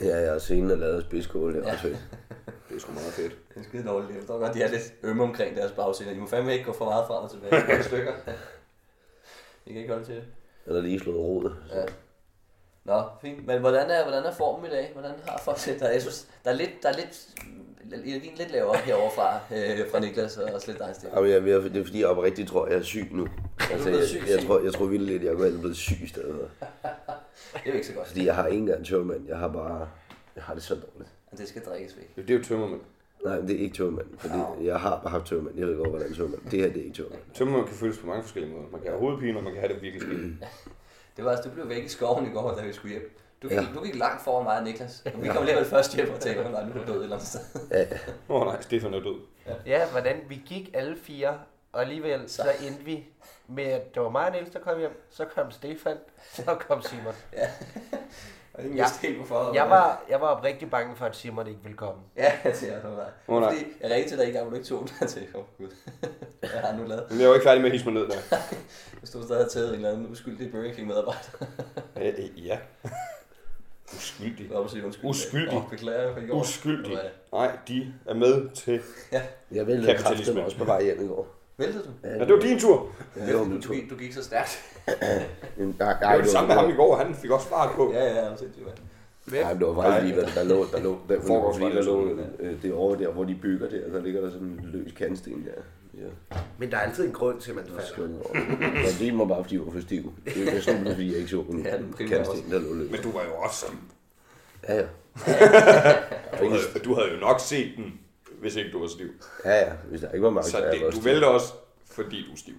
ja, jeg har senere lavet spidskål. Det er også fedt. Det er sgu meget fedt. Det er skide dårligt. Jeg forstår godt, de er lidt ømme omkring deres bagscener. I må fandme ikke gå for meget frem og tilbage. I er i stykker. I kan ikke holde til det. Han har lige slået rod. Ja. Nå, fint. Men hvordan er, hvordan er formen i dag? Hvordan har folk det? Der, jeg synes, der er lidt, der er lidt, energien lidt lavere herovre fra, øh, fra Niklas og også lidt dig, Sten. Jamen, jeg, jeg, det er fordi, jeg oprigtigt tror, jeg er syg nu. Altså, blevet jeg, syg, jeg, syg. tror, jeg tror vildt lidt, jeg er blevet syg i stedet. for. Det er jo ikke så godt. Fordi jeg har ikke engang tørmand. Jeg har bare... Jeg har det så dårligt. Og det skal drikkes væk. Det er jo tømmermænd. Nej, men det er ikke tørmand. Fordi jeg har bare haft tørmand. Jeg ved godt, hvordan tørmand. Det her, det er ikke tørmand. Tømmermænd kan føles på mange forskellige måder. Man kan have hovedpine, og man kan have det virkelig skidt. Det var altså, du blev væk i skoven i går, da vi skulle hjem. Du gik, Ja. ja. du gik langt foran mig og Niklas. Og vi kom alligevel først hjem og tænkte, nej, nu er du død et eller andet sted. Åh oh, nej, Stefan er død. Ja, hvordan vi gik alle fire, og alligevel så endte vi med, at det var mig og Niels, der kom hjem, så kom Stefan, så kom Simon. Og det Ja. vidste helt hvorfor. Jeg var, jeg var rigtig bange for, at Simon ikke ville komme. Ja, det er du var. Åh, nej. Fordi jeg ringede til dig ikke, og du ikke tog den her til. Åh, gud. Hvad har han nu lavet? Men jeg var ikke færdig med at hisse mig ned der. Jeg stod stadig og taget en eller anden uskyldig Burger King medarbejder. Øh, øh, ja. Uskyldig. Jeg var oppe og sige undskyld. Uskyldig. Åh, beklager, jeg fik over. Uskyldig. Hvad? Nej, de er med til... Jeg ville Kapitalisme. kraftedeme også på vej hjem i går. Væltede du? Ja, Ja, det var din tur. Ja, det var min Du tur. gik, du gik så stærkt. Jamen, nej, Det nej, var det samme med ham i går, han fik også fart på. ja, ja, han er sindssygt, mand. Nej, men det var faktisk lige, hvad der lå, der lå, der, Foregår lige, der sådan, lå øh, det over der, hvor de bygger der, der ligger der sådan en løs kantsten der. Ja, Men der er altid en grund til, at man det var falder. skønt over. Ja, det må bare, fordi jeg var for stiv. Det er jo sådan, fordi jeg ikke så den Ja, den primære kantsten, der lå løs. Men du var jo også sådan. Ja, ja. Du havde, du havde jo nok set den, hvis ikke du var stiv. Ja, ja. Hvis der ikke var magt, Så så er jeg det, også du stiv. vælter også, fordi du er stiv.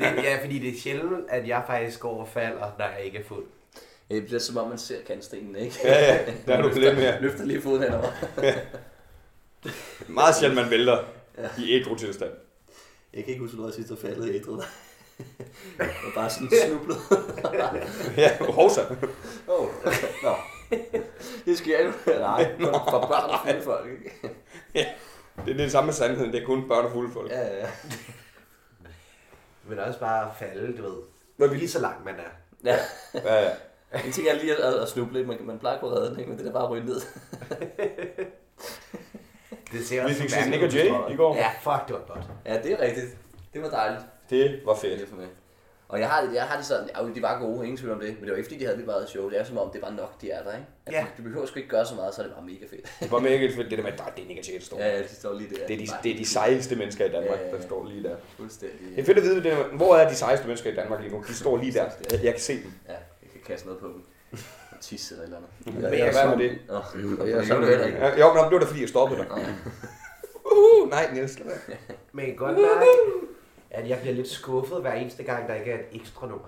Ja, fordi det er sjældent, at jeg faktisk går og falder, når jeg ikke er fuld. Ja, Det bliver som om, man ser kantstenen, ikke? Ja, ja, der er du lidt mere. Løfter lige foden henover. Meget sjældent, man vælter i ekrotilstand. Jeg kan ikke huske, hvornår jeg sidst har faldet i ædret. Jeg var bare sådan snublet. Ja, hovsa. Åh, nå. Det skal jeg ikke. Nej, for børn og fulde folk, ikke? Det er det samme med sandheden, det er kun børn og fulde folk. Ja, ja. Men også bare at falde, du ved. Når vi- Lige så langt man er. ja. Ja, ja. En ting er lige at, at snuble, man, man plejer at kunne redde den, ikke? men det er bare at ryge ned. Det ser Vi også fik set mærkeligt Nick og ud, Jay tror jeg. i går. Ja, fuck, det var godt. Ja, det er rigtigt. Det var dejligt. Det var Det fedt. er for mig. Og jeg har, jeg har det sådan, ja, de var gode, ingen tvivl om det, men det var ikke fordi, de havde det meget sjovt. Det er som om, det var nok, de er der, ikke? Altså, Ja. Du behøver sgu ikke gøre så meget, så er det bare mega fedt. Det var mega fedt, det der med, at der er Dennis der står. Ja, ja, de står lige der. Det er, de, det er de sejeste mennesker i Danmark, Ja, ja, ja. der står lige der. Fuldstændig. Det er fedt at vide, det der, med, hvor er de sejeste mennesker i Danmark lige nu? De står lige der. Jeg kan se dem. Ja, jeg kan kaste noget på dem. Tisse eller et eller andet. Ja, Ja, jeg hvad er med det? Nå, og jeg det er gør sammen du heller ikke. Ja, jo, men det var da fordi, jeg stoppede dig. Uh, nej, Niels. lad være. Men jeg kan godt mærke, at jeg bliver lidt skuffet hver eneste gang, der ikke er et ekstra nummer.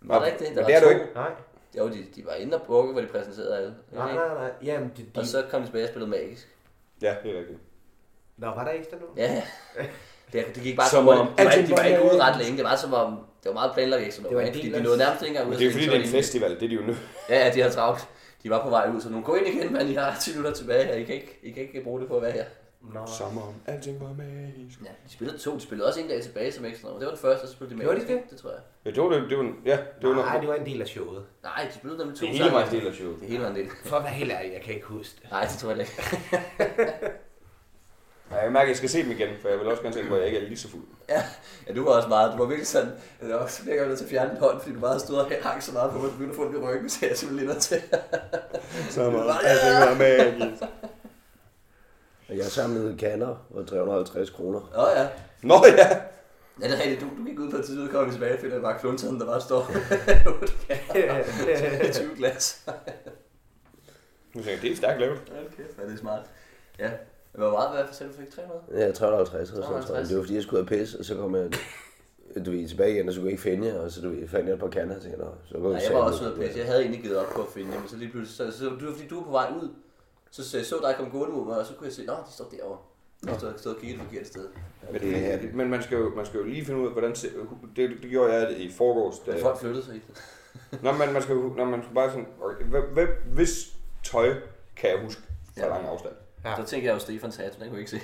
Var der ikke det? Der Men det er var du to. ikke. Nej, Jo, de, de var inde og bukke, hvor de præsenterede alle. nej, nej, nej. Jamen, det, de... Og så kom de tilbage og spillede magisk. Ja, det er rigtigt. Nå, var der ekstra nummer? Ja, ja. det, det gik bare Som som, om, om de, var, alting de var ikke var- ude ret længe. Det var som om, det var meget planlagt ekstra Det var nummer, en ikke? Fordi del de af- nåede nærmest ikke engang ud. Men at det er jo spille, fordi, så det er en de- festival. Det er de jo nødt Ja, ja, de har travlt. De var på vej ud, så nu gå ind igen, mand. I har 10 minutter tilbage her. I kan ikke, I kan ikke bruge det på at være her. Nå. Som om alting var magisk. Ja, de spillede to. De spillede også en dag tilbage som ekstra nummer. Det var det første, og så spillede de Gjorde magisk. de Det tror jeg. Ja, det var det. det var, ja, det var nok. Nej, det var en del af showet. Nej, de spillede nemlig to Det er hele sange. vejen del af showet. Det hele var en del. For at være helt ærlig, jeg kan ikke huske det. Nej, det tror jeg da ikke. Ja, jeg mærker, at jeg skal se dem igen, for jeg vil også gerne se, hvor jeg ikke er lige så fuld. Ja, ja, du var også meget. Du var virkelig sådan, at jeg var også virkelig nødt til at fjerne en hånd, fordi du bare stod og hang så meget på, at du begyndte at få den i ryggen, så jeg er simpelthen lige nødt til. Som om alting var magisk. Og jeg samlede kanner for 350 kroner. Nå ja. Nå ja, Ja, det er rigtigt. Du, du gik ud på et tidspunkt, kom vi tilbage og finder at Mark Lundsson, der bare står med 20 glas. nu tænker jeg, det er stærkt lavet. Hold kæft, hvor er det smart. Ja. Hvor meget, hvad sagde du, fik 300? Ja, 350 eller sådan 350. noget. Det var fordi, jeg skulle have pis, og så kom jeg du ved, tilbage igen, og så kunne jeg ikke finde jer, og så du ved, fandt jeg et par kander til jer. Så kunne Nej, jeg var også ude at pisse. Jeg havde egentlig givet op på at finde dem, men så lige pludselig, så, så, det var fordi du var på vej ud. Så, så jeg så dig komme gående mod mig, og så kunne jeg se, at de står derovre. Jeg stod, stod og kiggede et forkert sted. Men, det, men man, skal jo, man skal jo lige finde ud af, hvordan... Se, det, det gjorde jeg i forgårs. Da, Men folk flyttede sig i det. Nå, men man skal, jo- når man skal bare sådan... Okay, hvem, hvem, hvis tøj kan jeg huske fra Ja. lang afstand? Ja. Så tænkte jeg jo, Stefan sagde, den kunne jeg ikke se.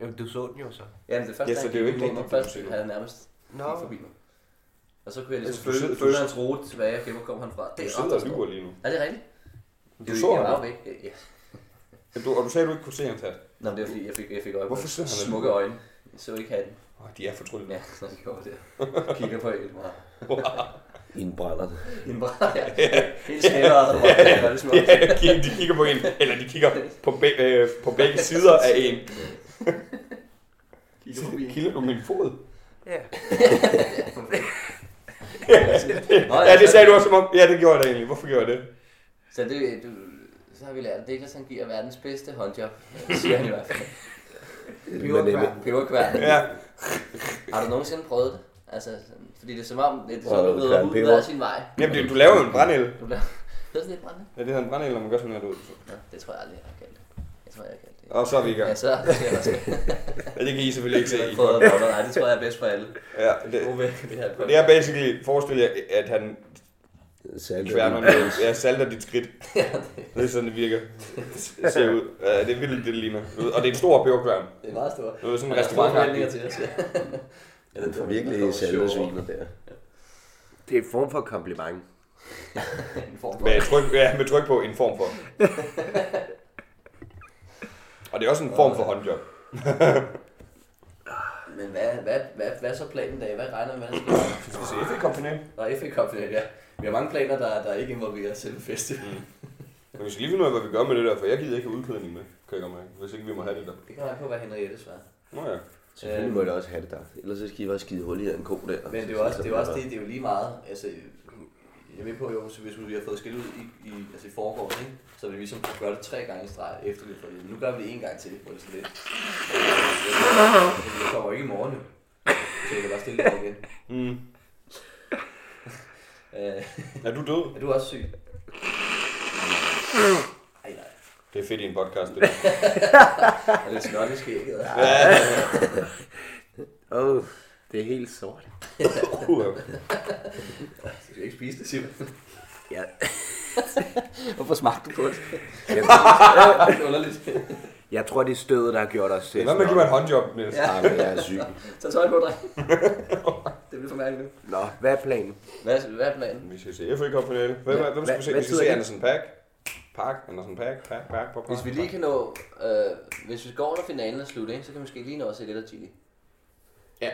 Jamen, du så den jo så. Jamen, det første, Ja, så det er jo ikke længere. længere, Først du ser. havde han nærmest Nå. gik forbi mig. Og så kunne jeg ligesom Altså, du følge, sidder- følge du- hans rute tilbage, og okay, hvor kom han fra? Du Det sidder og lyver lige nu. Er det rigtigt? Du Det er så jo- jeg ham, var jo da. væk. Ja, ja. Ja, Du, og du sagde, at du ikke kunne se hans hat. Nå, men det var fordi, jeg fik, jeg fik øje på Hvorfor sidder han og smukke lyver? øjne. Jeg så ikke hatten. Oh, de er fortryllende. Ja, sådan gjorde det. Og Kigger på en meget. Indbrænder det. En brænder, ja. Helt snævret. Ja, det smukt. Ja, de- de kigger på en, eller de kigger på, be, øh, på begge sider af en. Kigger forbi. Kilder du min fod? Ja. Nå, Ja, det sagde du også som om. Ja, det gjorde jeg da egentlig. Hvorfor gjorde jeg det? Så, det, du, så har vi lært, at Niklas han giver verdens bedste håndjob. Siger han i hvert fald. øh, Peberkværn. Peberkværn. Ja, Har du nogensinde prøvet det? Altså, sådan- fordi det er som om, det er som Og om, du rider Karen ud Peber. hver sin vej. Jamen, det, du laver jo en brændel. Du bliver... Det er sådan lidt brændende. Ja, det hedder en brændel, når man gør sådan her. Du. Nå, det tror jeg aldrig, jeg har kaldt det. Jeg tror, jeg har kaldt det. Og så er vi i gang. Ja, så det skal jeg også Ja, det kan I selvfølgelig ikke se. I. prøve at Nej, det tror jeg er bedst for alle. Ja, det, God væk, det her. det er basically, forestil jer, at han Salt. kværner med, ja, salter dit skridt. Det er sådan, det virker. Det ser ud. Ja, det er vildt, det ligner. Du ved, Og det er en stor peberkværn. Det er meget stort. Det er sådan en Jeg har store restaurant. forventninger til os. ja. Ja, den får virkelig saltesviner der. Det er en form for kompliment. En form for. Med tryk, ja, med tryk på en form for. Og det er også en form for håndjob. Men hvad, hvad, hvad, hvad er så planen dag? Hvad regner man med? Hvis vi ser FA Cup finale. Der er FA Cup final, ja. Vi har mange planer, der, der ikke involverer selve festivalen. Men vi skal lige finde ud af, hvad vi gør med det der, for jeg gider ikke have udklædning med, kan jeg godt mærke, hvis ikke vi må have det der. Det kommer an på, hvad Henriette svarer. Nå ja. Selvfølgelig må jeg da også have det der. Ellers så skal I bare skide hul i den ko der. Men det er jo også det, er jo også det, det er jo lige meget. Altså, jeg er med på, jo, så hvis vi har fået skilt ud i, i, altså i foregårs, ikke? så vil vi ligesom gøre det tre gange i streg efter det. Fordi nu gør vi det en gang til, hvor det er sådan lidt. Det kommer jo ikke i morgen, jo. så jeg kan bare stille dig igen. Mm. Øh, Er du død? er du også syg? Ej, nej. Det er fedt i en podcast, det der. Er det snot i skægget? altså. eller? Åh, oh, det er helt sort. Puh, ja. Du skal ikke spise det, Simon. Ja. Hvorfor smagte du på det? Jeg, det er underligt. jeg tror, det er stødet, der har gjort os til. Hvad med at give mig et håndjob, Niels? Ja. Jamen, jeg er syg. Tag tøj på, dreng. det bliver for mærkeligt nu. Nå, hvad er planen? Hvad, hvad er planen? Vi skal se FA Cup finale. Hvem, Hva- hvem skal hva- vi se? Vi skal hvad se hedder Andersen Pack. Park, Andersen Pack, Pack, Pack, Pack, Hvis vi lige kan nå, øh, hvis vi går under finalen og slutter, ikke, så kan vi måske lige nå at se lidt af Chili. Ja.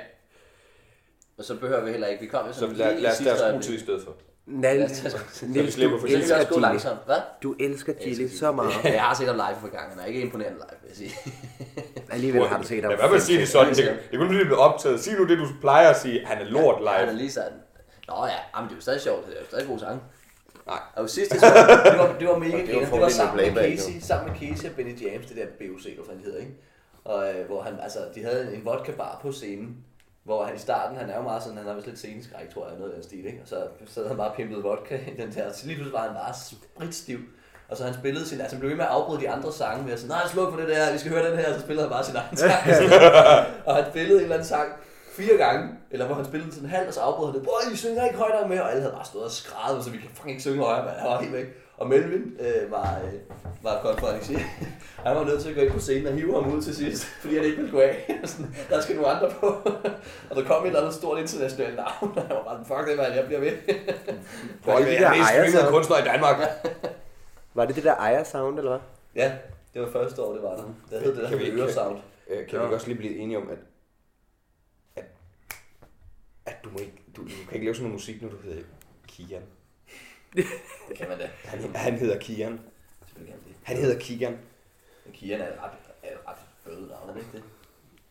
Og så behøver vi heller ikke, vi kom jo Så sådan lad, lige lad i os lade sidste os bruge øjeblik. tid i stedet for. Nal, os tage os- Niels, slipper for du Så kan vi elsker også gå Gilly. langsomt. Hvad? Du elsker Gilly Gilly. så meget. Ja, jeg har set ham live for gangen, han er ikke imponerende live, vil jeg sige. Alligevel har du set ham. Lad i hvert fald sige det sådan. Det, det kunne lige blive optaget. Sig nu det, du plejer at sige. Han er lort Han er live. lige sådan. Nå ja, jamen, det er jo stadig sjovt, det er jo stadig gode sange. Nej. Og jo sidste sang, det var, det var mega var grineren. Det, var fordelen ved sammen med, playback, Casey, sammen med Casey og Benny James, det der BOC, hvad fanden det hedder, ikke? Og, øh, hvor han, altså, de havde en vodka bar på scenen, hvor han i starten, han er jo meget sådan, han har vist lidt sceneskræk, tror jeg, noget af den stil, ikke? Og så sad han bare og pimpede vodka i den der, og så lige pludselig var han bare spritstiv. Og så han spillede sin, altså han blev ved med at afbryde de andre sange med at sige, nej, sluk for det der, vi skal høre den her, og så spillede han bare sin egen sang. og han spillede en eller anden sang fire gange, eller hvor han spillede sådan en halv, og så afbrød han det, Bøj, I synger ikke højere mere, og alle havde bare stået og skrædet, så vi kan fucking ikke synge højere, mand. han var helt væk. Og Melvin øh, var, øh, var godt for Han var nødt til at gå ind på scenen og hive ham ud til sidst, fordi han ikke ville gå af. Sådan, der skal nogle andre på. og der kom et eller andet stort internationalt navn, og han var bare, fuck det, mand, jeg bliver ved. Hvor er det det der den ejer mest streamede sig? kunstner i Danmark? Var det det der ejer sound, eller hvad? ja, det var første år, det var der. Der hed det der Kan vi hed ikke- Øresound. Øh, Kan vi ikke også lige blive enige om, at, at, at du, må ikke, du, du kan ikke lave sådan noget musik, når du hedder Kian. Det kan man da. Han, han hedder Kian. Selvfølgelig kan man det. Han hedder Kian. Men Kian er et ret, er et ret bøde navn, er det ikke det?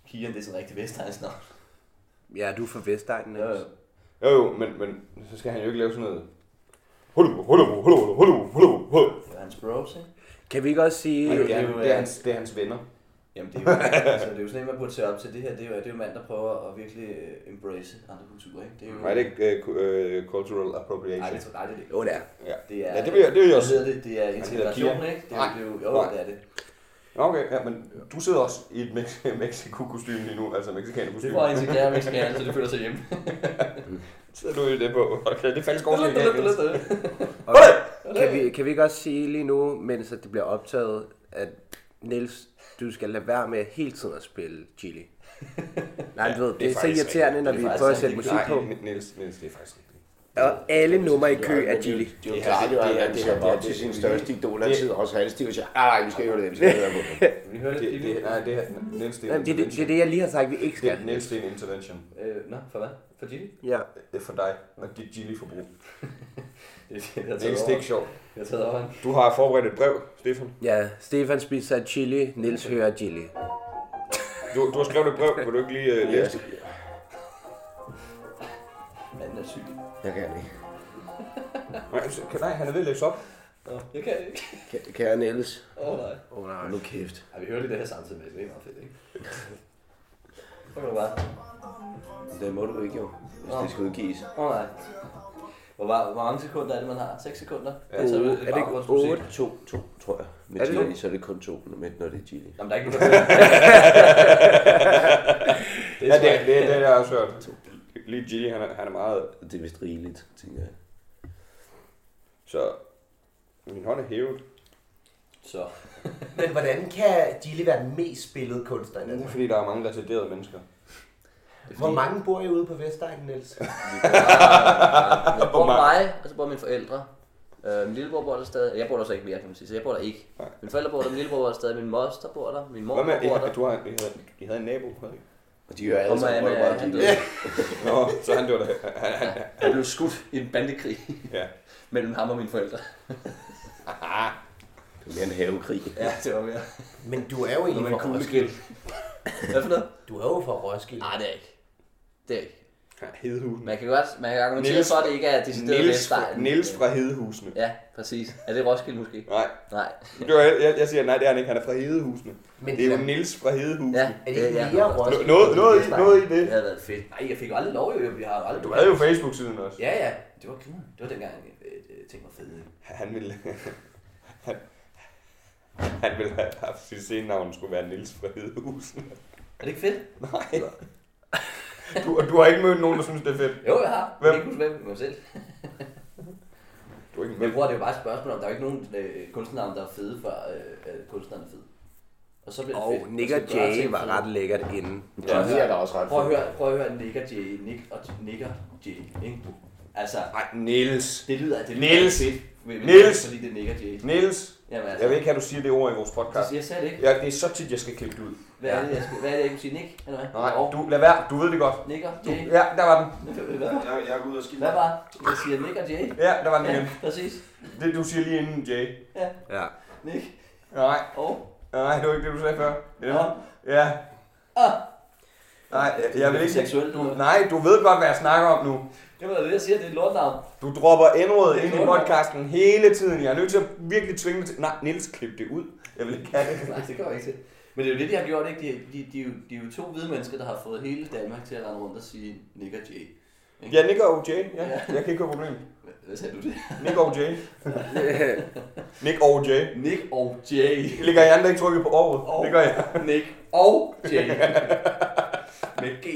Kian, det er sådan rigtig vestegns navn. Ja, du er fra Vestegnen. Niels. Jo, jo, men, men så skal han jo ikke lave sådan noget... Hulu, hulu, hulu, hulu, hulu, hulu. Det er hans bros, ikke? Kan vi ikke også sige... Det, det er er, jo, det, er øh, hans, det er hans venner. Jamen, det er jo, altså, det er jo sådan, en, man burde se op til. Det her, det er jo, det er jo mand, der prøver at virkelig øh, embrace andre kulturer, ikke? Det er jo, Nej, det er ikke øh, ku- øh, cultural Nej, appropriation. det, nej, det er det ikke. Jo, det er. Ja, Det er, ja det vil jeg, det vil jeg hvad også. hedder det, det er integration, Kian. ikke? Det Nej. er, det er jo, jo, Nej. det er det. Nå, Okay, ja, men du sidder også i et Mex- Mexico-kostyme lige nu, altså Det er mexikaner-kostyme. for at integrere mexikanerne, så de føler sig hjemme. Sidder du i det på? Okay, det faldt skovlen i dag. Niels. Og kan, vi, kan vi ikke også sige lige nu, mens at det bliver optaget, at Niels, du skal lade være med hele tiden at spille Chili. Nej, du ved, det, det er er, så faktisk irriterende, når rigtigt. vi Det er prøver at faktisk sætte rigtigt. musik på. Nej, Niels, Niels, det er faktisk rigtigt. Og alle numre i kø er Chili. Det er jo klart, det er- at det det her er- var til det- sin det- største idolertid, også hans stil, og siger, nej, vi skal ikke høre det, vi skal ikke høre det. Vi hører Det, det, nej, det er Niels, det er Jamen, en det, er det, det er intervention. det, jeg lige har sagt, vi ikke Det er skal. Niels, det er en intervention. Øh, nå, for hvad? For Gilly? Ja. Det er for dig og dit Gili-forbrug. Det er det, jeg har Niels, det er ikke sjovt. Jeg har taget over han. Du har forberedt et brev, Stefan. ja, Stefan spiser chili, Niels hører chili. Du, du har skrevet et brev, vil du ikke lige uh, læse det? Manden er syg. Jeg kan ikke. Nej, altså, kan- nej, han er ved at læse op. Nå, det kan jeg ikke. Kæ- Kære Niels, Åh, nej. Oh, nej. hold nu kæft. Ja, vi hører lige det her samtidig med, det er meget fedt, ikke? Så kan du bare... Det må du ikke jo, hvis Nå. det skal udgives. Åh oh, nej. Hvor, var- hvor mange sekunder er det, man har? 6 sekunder? Ja, så er er det ikke otte? To, to, tror jeg. Med Er det chili, nu? så er det kun to, men når det er chili. Jamen, der er ikke nogen, der hører. Ja, det, det, det, det har jeg også hørt. Lige Gilly, han er, han er meget... Det er vist rigeligt, tænker jeg. Så min hånd er hævet. Så. Men hvordan kan Gilly være den mest spillede kunstner i Det er Danmark? fordi, der er mange residerede mennesker. Hvor mange bor I ude på Vestegnen, Niels? Jeg bor med mig, og så bor mine forældre. Øh, min lillebror bor der stadig. Jeg bor der så ikke mere, kan man sige. Så jeg bor der ikke. Mine forældre bor der, min lillebror bor der stadig. Min moster bor der, min mor Hvad bor med, der. I, du har, I, havde, I havde en nabo, Frederik? Og de er jo Og alle sammen Miami, hvor det bare han chili. døde. Nå, så han dør da. Han, han, Han blev skudt i en bandekrig ja. mellem ham og mine forældre. Det er mere en havekrig. Ja, det var mere. Men du er jo egentlig fra Roskilde. Hvad for noget? Du er jo fra Roskilde. Nej, Ah, det er jeg ikke. Det er jeg ikke. Hedehusen. Man kan godt man kan argumentere Niels- for, at det ikke er decideret Niels, fra, Vestegn. Niels fra Hedehusene. Ja, præcis. Er det Roskilde måske? Nej, Nej. det var, jeg, jeg siger, nej, det er han ikke. Han er fra Hedehusene. Men Det er jo er Niels fra Hedehusene. Ja, det ikke ja. mere Roskilde? Noget, noget, i- noget i Det det. havde været fedt. Nej, jeg fik jo aldrig lov, jo. Vi har aldrig... Du havde jo Facebook-siden også. Ja, ja. Det var grineren. Det var dengang, øh, ting var fede. Han ville... han, han ville have haft sit scenenavn skulle være Niels fra Hedehusen. Er det ikke fedt? Nej. Du, og du har ikke mødt nogen, der synes, det er fedt. Jo, jeg har. Hvem? Hvem? Jeg kan ikke huske, hvem. Mig selv. Du har ikke Jeg mødt... bruger det er jo bare et spørgsmål om, der er jo ikke nogen øh, kunstnernavn, der er fede, før øh, øh, kunstneren er fed. Og så bliver det fedt. Og Nick så og gør Jay ting var fede. ret lækkert inden. Ja, det er da også ret Prøv at høre, prøv at høre Nick og Jay, Nick og Nick og Jay, ikke? Altså, Nej, Niels. det lyder, det lyder Niels. fedt, ved- ved- Niels. fordi det er Nick og Jay. Niels. Jamen altså, Jeg vil ikke have, du siger det ord i vores podcast. jeg sagde det ikke. Ja, det er så tit, jeg skal klippe det ud. Hvad er det, jeg skal, hvad er det, jeg kunne sige? Nick, eller hvad? Nej, Nå, du, lad være. Du ved det godt. Nick og Du, Jay. ja, der var den. Hvad? Jeg, jeg er ude og skide. Hvad var det? Jeg siger Nick og Jay. Ja, der var den Ja, igen. præcis. Det, du siger lige inden, Jay. Ja. Nick Nej, og... nej, det var ikke det, du sagde før. Det Nå. er- Ja. Ah. Nej, jeg, jeg Det vil er ikke... Seksuelt nu. Nej, du ved godt, hvad jeg snakker om nu. Det var det, jeg siger, det er et lortnavn. Du dropper endrådet ind i podcasten hele tiden. Jeg er nødt til at virkelig tvinge det til. Nej, Niels, klip det ud. Jeg vil ikke have det. Nej, det går ikke til. Men det er jo det, de har gjort, ikke? De, de, de, er jo- de er jo to hvide mennesker, der har fået hele Danmark til at rende rundt og sige Nick og Jay. Ja, Nick og OJ. Ja, Ja. jeg kan ikke have problemet. Hvad, hvad sagde du det? Nick og OJ. Nick og OJ. Nick og Jay. Ligger I andre ikke trykket på året? Og Det gør jeg. Nick og Jay. Med G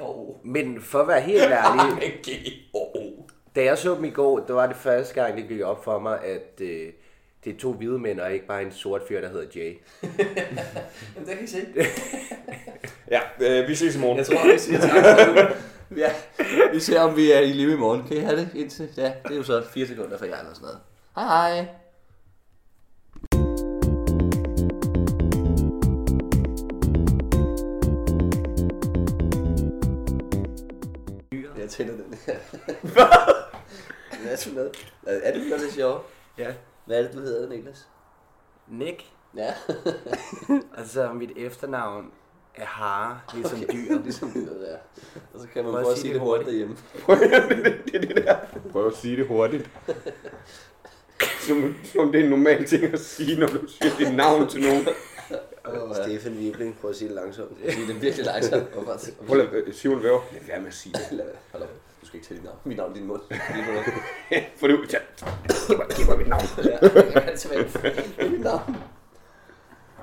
og O. Men for at være helt ærlig, Med G og O. da jeg så dem i går, det var det første gang, det gik op for mig, at øh, det er to hvide mænd, og ikke bare en sort fyr, der hedder Jay. Jamen, der kan I se. Ja, øh, vi ses i morgen. Jeg tror, vi siger tak for nu. Ja, vi ser, om vi er i live i morgen. Kan I have det indtil? Ja, det er jo så fire sekunder for jer eller sådan noget. Hej hej. Jeg tænder den her. Hvad? er du med? Er det noget, det er sjovt? Ja. Hvad er det, du hedder, Niklas? Nick, Ja, altså mit efternavn er hare, ligesom okay. dyr. ligesom det der. Og så kan man Prøv at prøve at sige sige det det hurtigt derhjemme. Prøv at sige det hurtigt. Som, som det er en normal ting at sige, når du siger dit navn til nogen. Stefan Wibling, prøv at sige det langsomt. Fordi det er virkelig langsomt. Hvorfor? Prøv at lade Simon Væver. Lad være med at sige det. Lad være. Hold op. Du skal ikke tage dit navn. Mit navn i din mund. For du... Ja. Giv mig, giv mig mit navn. Ja, jeg kan altid være. Det er mit navn.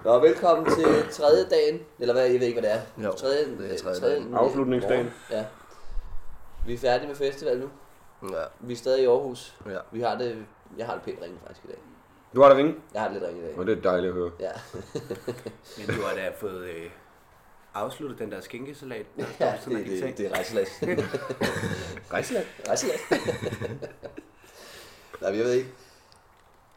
Nå, velkommen til tredje dagen. Eller hvad, jeg ved ikke, hvad det er. Jo, tredje, det er øh, tredje dagen. Afslutningsdagen. Ja. Vi er færdige med festival nu. Ja. Vi er stadig i Aarhus. Ja. Vi har det, jeg har det pænt ringe faktisk i dag. Du har da ringet. Jeg har det lidt ringe i dag. Og det er dejligt at høre. Ja. Men du har da fået øh, afsluttet den der skinkesalat. Der står ja sådan en det, det, ting. det er rejselas. Rejseland. rejselas. Nej, men jeg ved ikke.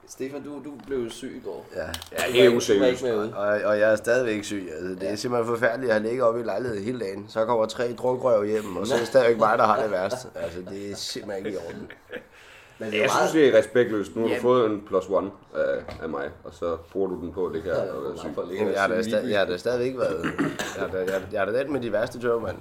Stefan, du, du blev syg i går. Ja. Ja, det er Du var ikke useriøst. med ude. Og, og jeg er stadigvæk syg. Altså, det er simpelthen forfærdeligt. Jeg har ligget oppe i lejligheden hele dagen. Så kommer tre drukrøv hjem, og så er det stadigvæk mig, der har det værst. Altså, det er simpelthen ikke i orden. Men Jeg synes, det er respektløst. Nu har du fået en plus one øh, af, af mig, og så bruger du den på det her. Ja, og meget for at ligge Jamen, og jeg har da, syge sta- jeg har da stadigvæk været... Jeg har da, jeg, har- jeg har da den med de værste tøver, mand.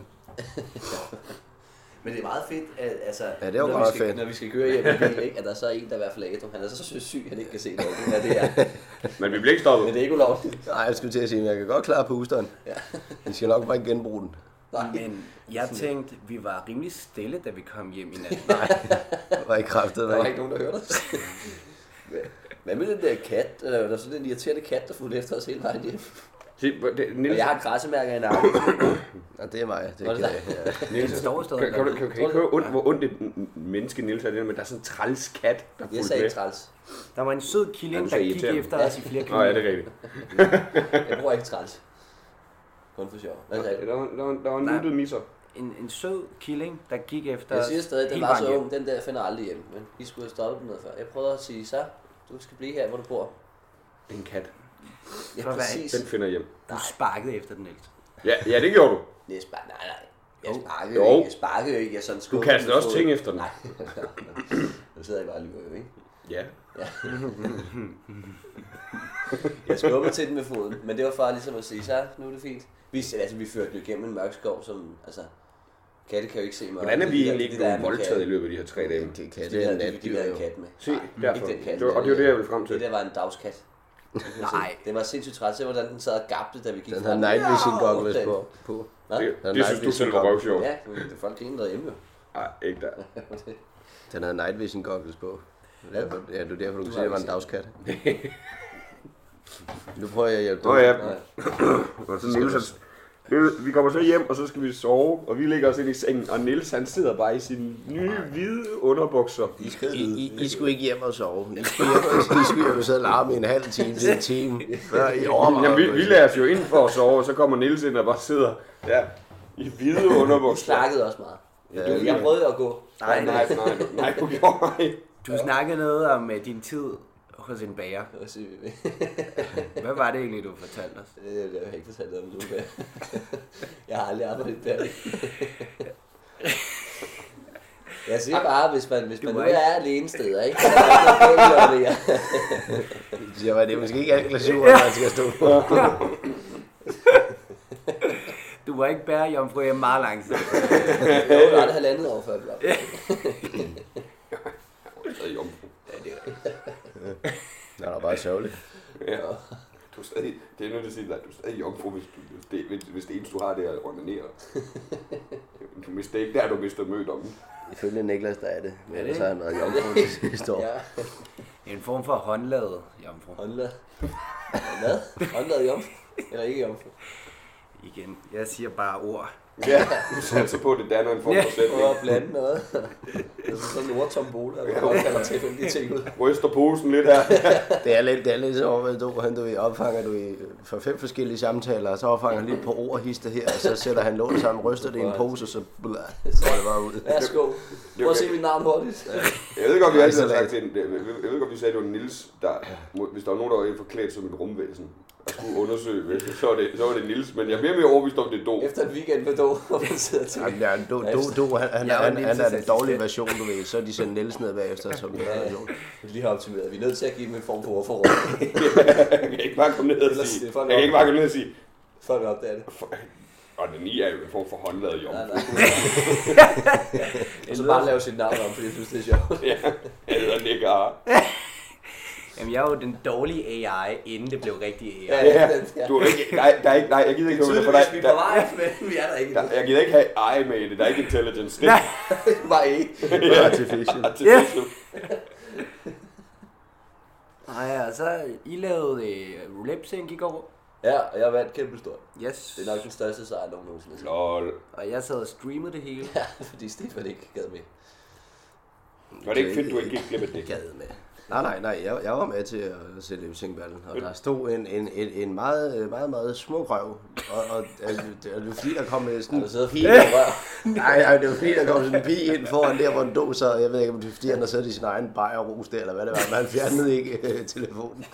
Men det er meget fedt, at, altså, Ja, det er jo når, vi meget skal, fedt. når vi skal køre hjem i bil, ikke, at der så er en, der i hvert fald er ædru. Han er så sød syg, han ikke kan se noget. Det er det, er. Men vi bliver ikke stoppet. Men det er ikke ulovligt. Nej, jeg skulle til at sige, men jeg kan godt klare på husteren. Vi skal nok bare ikke genbruge den. Men jeg tænkte, vi var rimelig stille, da vi kom hjem i nat. Det var ikke kraftet, Der var var ikke nogen, der hørte os. Hvad- Hvad med den der kat? Øh, Der er sådan en irriterende kat, der fulgte efter os hele vejen hjem. Se, hvor- det- Og Niels, jeg har krassemærker i nakken. Og det er mig. Det Var er det ked af. Ja. Den står stadig. kan, kan, du- kan, kan I ikke høre, ondt, hvor ondt et m- m- menneske Niels er det, men der er sådan en træls kat, der Jeg fulgte sagde med. træls. Der var en sød Ja, killing, du der sagde gik irriterende. efter os i flere Nå, ja, kilometer. det er rigtigt. Jeg bruger ikke træls. Kun for sjov. Hvad sagde du? Der var, der var, der var en nuttet misser. En, en sød killing, der gik efter Jeg os siger stadig, at den hele var vejen så hjem. ung. Den der finder aldrig hjem. Men I skulle have stoppet den noget før. Jeg prøvede at sige, så du skal blive her, hvor du bor. En kat. Ja, For hvad? præcis. Den finder hjem. Du sparkede efter den, Niels. Ja, ja det gjorde du. Jeg spar- nej, nej. Jeg sparkede Jo. jo ikke. Jeg sparkede jo ikke. Jeg sådan Du skubbede kastede den også med ting foden. efter den. Nej. Nu sidder jeg bare lige med, ikke? Ja. Jeg skubbede til den med foden, men det var for ligesom at sige, så nu er det fint. Vi, altså, vi førte den jo igennem en mørk skov, som, altså, katte kan jo ikke se mig. Hvordan er vi egentlig ikke blevet voldtaget i løbet af de her tre dage? Det Ja, kan det det er er en nat, de natdyr havde jo. en kat med. Se, derfor. ikke den kat, Det var, og det var det, jeg ville frem til. Det der var en dagskat. Nej. Den var sindssygt træt til, hvordan den sad og gabte, da vi gik Den fra har night vision Ja, goggles den- på. på. Nå, Det, Der er det nej, synes det du er selv så var godt. røvsjov. Ja, det er folk griner derhjemme jo. Nej, ikke der. Den havde night vision goggles på. Det er derfor- Ja, det er derfor, du kan se, at det var en dagskat. Nu prøver jeg at hjælpe dig. Nå ja. Og så Niels, han- Niels- vi kommer så hjem, og så skal vi sove, og vi ligger os ind i sengen, og Niels han sidder bare i sine nye hvide underbukser. I, I, I skulle ikke hjem og sove. I skulle hjem og, I skulle hjem og sidde og larme i en halv time til en time, før I overvejede. Jamen, vi, vi lader os jo ind for at sove, og så kommer Niels ind og bare sidder ja, i hvide Vi underbukser. snakkede også meget. Ja, Jeg prøvede at gå. Nej, nej, nej, nej, du gjorde mig. Du snakkede noget om øh, din tid hos en bager. Og så- Hvad var det egentlig, du fortalte os? Det det har jeg ikke fortalt dig om nu. men- Jeg har aldrig arbejdet der. Jeg siger bare, hvis man, hvis man nu må ikke. er alene steder, ikke? Så er der ikke noget bundlønne, ja. Jeg var, det er måske ikke alle glasurer, der skal stå på. Du var ikke bære, jomfru, jeg er meget langsomt. Jo, der er det halvandet år før, jeg blev opdaget. Stadig jomfru. Nå, det var bare sørgeligt. Ja. Du er stadig, det er nødt til at sige, at du er stadig jomfru, hvis, du, hvis, det, hvis, hvis det eneste, du har, det er at onanere. Du mister ikke der, du mister mødt om. Ifølge Niklas, der er det. Men ellers har han været jomfru til sidste år. Ja, En form for håndlavet, jomfru. håndlad. Hvad? Håndlad jomfru? Eller ikke jomfru? Igen, jeg siger bare ord. Ja, du satser på, at det danner en form for sætning. Prøver at blande noget. Det er sådan en ordtombole, og hvor man kalder tilfældige ting ud. Ryster posen lidt her. Det er lidt, det er lidt så overvejet, du, han, du ved, opfanger du i, for fem forskellige samtaler, og så opfanger han lige på ord og hister her, og så sætter han lån sammen, ryster det i en pose, og så bla, så er det bare ud. Værsgo. Prøv at se mit navn hurtigt. Jeg ved godt, vi altid har sagt til en, jeg ved- jeg ved godt, vi sagde, at det var Nils, der, hvis der var nogen, der var forklædt som et rumvæsen, og skulle undersøge, hvad- så var det, så var det Nils, men jeg er mere og mere overbevist om, det er Do. Efter en weekend med dog, hvor man sidder til. Jamen, ja, du, du, du, han, han, Jeg er jo han, en han, er den Nielsens dårlige version, du ved, så er de sendt Niels ned bagefter, som den anden version. Vi "Ah, har optimeret. Vi er nødt til at give dem en form for ordforråd. Jeg kan ikke bare komme ned og Ellers sige, det er for jeg kan nok. ikke bare komme ned og sige, Folk opdager det. og den i er jo en form for Nej, håndlavet jomfru. nej. Og så bare lave sit navn om, fordi jeg synes, det er sjovt. Ja, jeg hedder Nick Arre. Jamen, jeg er jo den dårlige AI, inden det blev rigtig AI. Ja, Ja, ja, ja. du er ikke, nej, der er ikke, nej, jeg gider ikke komme ned, for Tydeligvis, vi dig. er på Der, vej, men vi er der ikke. der, jeg gider ikke have eye med i det, der er ikke intelligence. Det er Bare E. ikke. Artificial. artificial. Nej, og så I lavede øh, lip sync i går. Ja, og jeg vandt kæmpe stort. Yes. Det er nok den største sejr, nogen nogensinde har set. Lol. Og jeg sad og streamede det hele. Ja, fordi Stefan ikke gad med. Var det ikke fedt, du ikke gik glip af det? gad med. Nej, nej, nej, jeg, jeg var med til at se Lemsingballen, og der stod en, en, en, en meget, øh, meget, meget smuk røv, og, og altså, det er jo fordi, der kom øh, sådan Du sidder og filer og rører. Nej, nej, det var fordi, der kom sådan en pige ind foran der, hvor en dog sad. Jeg ved ikke, om det er fordi, han har siddet i sin egen bajerrus der, eller hvad det var, men han fjernede ikke øh, telefonen.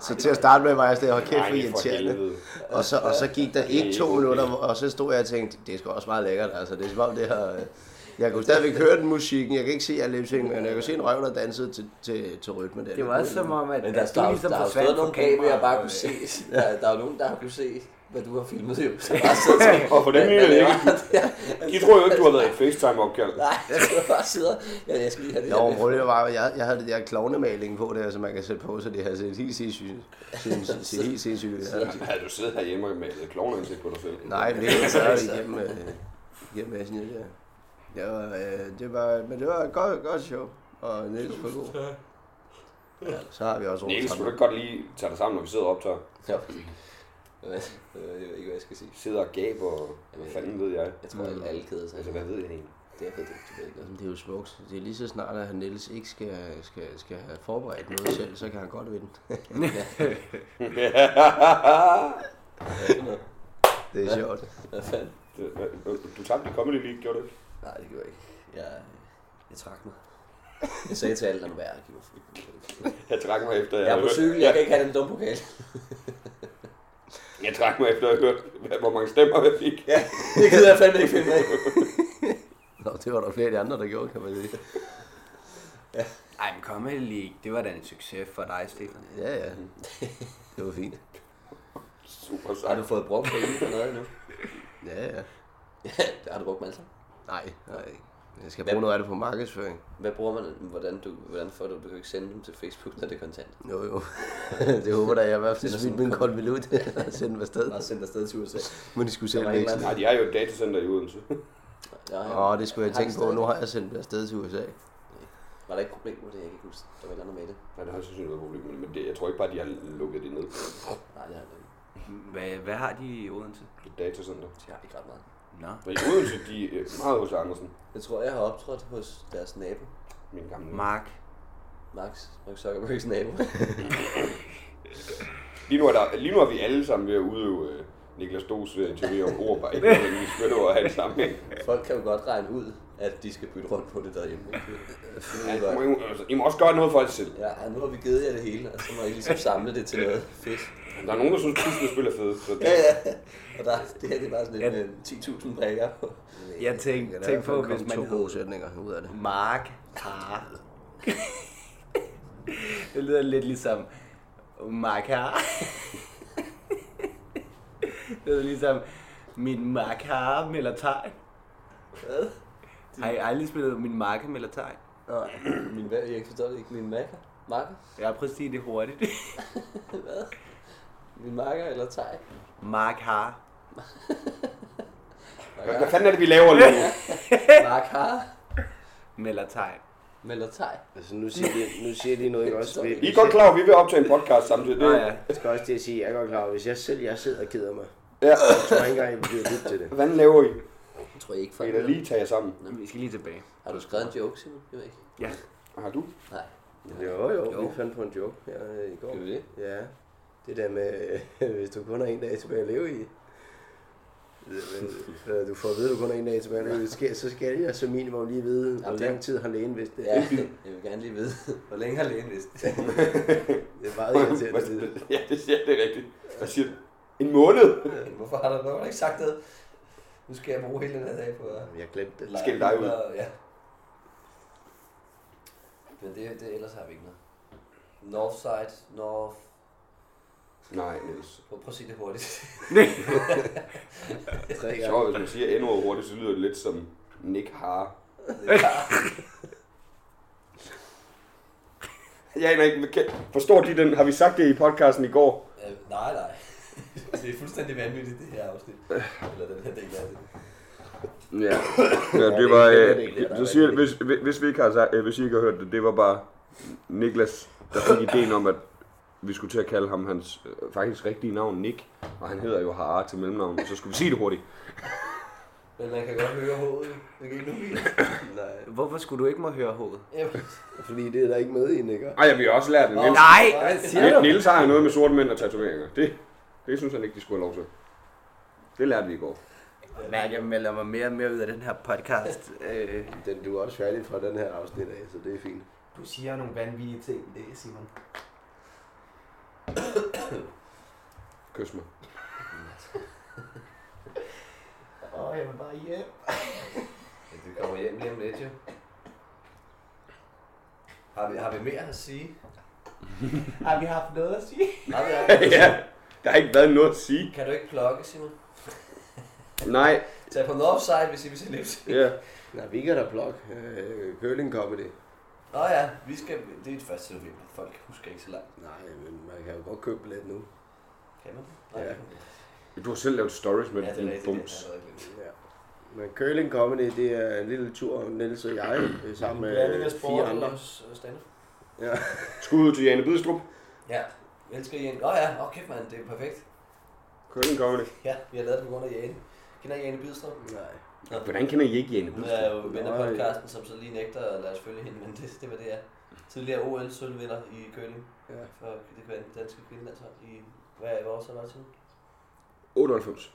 Så til at starte med var jeg sådan, hold kæft, hvor Ej, for irriterende. helvede. Og så, og så gik der Det ikke er to ikke minutter, okay. og så stod jeg og tænkte, det er sgu også meget lækkert, altså. Det er som om det har... øh, Jeg kunne stadigvæk høre den musikken, jeg kan ikke se alle lipsing, men jeg kunne se en røv, der dansede til, til, til rytmen der. Det var også som om, at, Men der, der, at du der, der, ligesom der har jo forsvandt stået fra nogle kameraer, jeg bare og, kunne øh, se. Der, der er jo nogen, der har kunne se, hvad du har filmet jo. Så bare sidder og Og for den mener jeg ikke. De tror jo ikke, du har været i et FaceTime-opkald. Nej, jeg bare sidder. Ja, jeg skal lige have det Nå, her. prøv lige at bare, jeg, jeg havde det der klovnemaling på der, som man kan sætte på, så det har set helt sindssygt. Synes, ser helt sindssygt. ud. Ja. Havde du siddet herhjemme og malet klovneansigt på dig selv? Nej, men det er så er det igennem, øh, igennem Asien, ja. Det var, øh, det var, men det var et godt, godt show, og Niels var god. Ja, så har vi også Niels, skulle Rosenthal. du ikke godt lige tage dig sammen, når vi sidder og optager? Ja, præcis. Øh, Jeg ved ikke, hvad jeg skal sige. Sidder og gaber, og hvad fanden ved jeg? Jeg tror, at alle keder sig. Altså, hvad ved jeg egentlig? Det er fedt, du ved ikke noget. Jamen, Det er jo smukt. Det er lige så snart, at han Niels ikke skal, skal, skal have forberedt noget selv, så kan han godt vinde. Det er sjovt. Hvad fanden? Det- hvad- øh, Du tabte i Comedy League, gjorde du ikke? Nej, det gjorde jeg ikke. Jeg, jeg trak mig. Jeg sagde til alle, lad nu være. Giv mig fri. Jeg trak mig efter, Jeg er på havde cykel, jeg hørt, kan ikke have den dumme pokal. jeg, jeg trak mig efter, at jeg hørte, hvad- hvor mange stemmer jeg fik. Ja, det gider jeg fandme ikke finde mig af. Nå, det var der flere af de andre, der gjorde, kan man sige. Ej, men Comedy League, det var da en succes for dig, Stefan. Ja, ja. Det var fint. Super Har sejt. du fået brugt penge på noget endnu? Ja, ja. Ja, det har du brugt dem altså. Nej, nej. Jeg skal bruge noget af det på markedsføring. Hvad bruger man? Hvordan, du, hvordan får du? Du kan ikke sende dem til Facebook, når det er kontant. Jo, jo. det håber da, jeg i hvert fald smidt min konvolut og sende dem afsted. Bare sende dig afsted til USA. Men de skulle Der selv var en ikke. eller anden- Nej, de er jo et datacenter i Odense. Nej, Åh, det skulle jeg Har de tænke på. stadig- Nu har jeg sendt dem afsted til USA. Var der ikke et problem med det? Jeg kan ikke huske. Der var et eller andet med det. Nej, det har sandsynligvis været et problem, men- men det, jeg tror ikke bare, de har lukket det ned. Nej, det har jeg ikke. Hvad, hvad har de i Odense? Et datacenter. Jeg har ikke ret meget. Nå. Men i Odense, de er meget hos Andersen. Jeg tror, jeg har optrådt hos deres nabo. Min gamle. Mark. Max, Mark Zuckerbergs nabo. Lige nu, er der, lige nu er vi alle sammen ved at udøve øh, Niklas Dos ved at interviewe om ord, bare ikke nødvendigvis behøver at have det samme. Folk kan jo godt regne ud, at de skal bytte rundt på det derhjemme. Det er I godt. må- altså, I må også gøre noget for jer selv. Ja, ja, nu har vi givet jer det hele, og så må I ligesom samle det til noget fedt. Der er nogen, der synes, at puslespil er fede, så det, Ja, ja. Og der, det her det er bare sådan lidt med 10.000 brækker. øh, Jeg tænkte tænk på, hvis man to hed gode sætninger ud af det. Mark Har. det lyder lidt ligesom Mark Har. det lyder ligesom min Mark Har melder tegn. Hvad? Har I aldrig spillet min Mark melder tegn? Min hvad? Jeg forstår det ikke. Min makker? Makker? Jeg har præcis det hurtigt. Hvad? Min makker eller teg? Mark Har. hvad, hvad fanden er det, vi laver lige nu? Makker? Melder tegn. Melder teg? Altså, nu siger de, nu siger de noget, ikke også? I er godt klar over, at vi vil optage en podcast samtidig. Det, Nå ja. Jeg skal også til at sige, jeg er godt klar over, hvis jeg selv jeg sidder og keder mig, ja. så tror jeg ikke engang, jeg bliver lytte til det. Hvad fanden laver I? Jeg tror ikke, I folk kan da lige tage jer sammen. Vi skal lige tilbage. Har du skrevet en joke, Simon? Jeg ved ikke. Ja. Har du? Nej. Jo, jo, vi fandt på en joke her øh, i går. Skal vi det? Ja, det der med, øh, hvis du kun har en dag tilbage at leve i. Det der med, øh, Du får at vide, at du kun har en dag tilbage at leve i. Skal- Så skal jeg som minimum lige vide, hvor det- lang tid har lægen vidst det. Ja, jeg vil gerne lige vide, hvor længe har lægen vidst det? Det er meget irriterende. Hvad- Ja, det, ja, det er rigtigt. Hvad siger du? En måned? Hvorfor har der, hvorfor har der ikke sagt det? Nu skal jeg bruge hele den her dag på at Jeg glemte det. Skæld dig ud. Og- Ja. Men det, det ellers har vi ikke noget. Northside, North... Nej, Niels. Prøv, prøv at sige det hurtigt. Tre Så gange. hvis man siger endnu hurtigt, så lyder det lidt som Nick Har. Jeg aner ikke, kan- forstår de den? Har vi sagt det i podcasten i går? Øh, nej, nej. Det er fuldstændig vanvittigt, det her afsnit. Eller den her del af det. Ja, ja det var... Øh, så siger, hvis, hvis, vi ikke har, sagt- øh, hvis I ikke har hørt det, det var bare Niklas, der fik ideen om, at vi skulle til at kalde ham hans øh, faktisk rigtige navn, Nick. Og han hedder jo Hare til mellemnavn, så skulle vi sige det hurtigt. Men man kan godt høre hovedet. Det kan ikke nu vise. Nej, Hvorfor skulle du ikke må høre hovedet? fordi det er der ikke med i, Nikker. Ej, jeg vil også lære det. Niels, Nej! Ni- Niels har jo noget med sorte mænd og tatoveringer. Det, det synes han ikke, de skulle have lov til. Det lærte vi i går. Mærke, jeg melder mig mere og mere ud af den her podcast. Øh, Den, du er også færdig fra den her afsnit af, så det er fint. Du siger nogle vanvittige ting, det Simon. Kys mig. Åh, jeg vil bare hjem. Vi kommer hjem lige om lidt, jo. Har vi, har vi mere at sige? Har vi haft noget at sige? Har vi, har vi, Ja. Der har ikke været noget at sige. Kan du ikke plukke, Simon? Nej, Tag på den offside, hvis I vil se Lips. ja. Nej, vi kan da blog. Øh, curling comedy. Nå ja, vi skal... Det er et første film. Folk husker ikke så langt. Nej, men man kan jo godt købe lidt nu. Kan man det? Ja. det kan man ikke. Du har selv lavet stories med ja, det din er rigtigt. bums. Det er allerede glemt. Men curling comedy, det er en lille tur, Niels og jeg, øh, sammen med øh, fire andre. Ja. Skud ud til Jane Bidstrup. Ja, jeg elsker Jane. Åh oh, ja, åh oh, kæft mand, det er perfekt. Curling Comedy. Ja, vi har lavet det på grund af Jane. Kender I Jane Bidstrup? Nej. Hvordan kender I ikke Jane Hun Bidstrup? er jo ven af Nej. podcasten, som så lige nægter at lade os følge hende, men det, det var det er. Tidligere OL-sølvvinder i curling Ja. for det kvæl- danske kvindelandshold i, hvad er vores var det til? 98.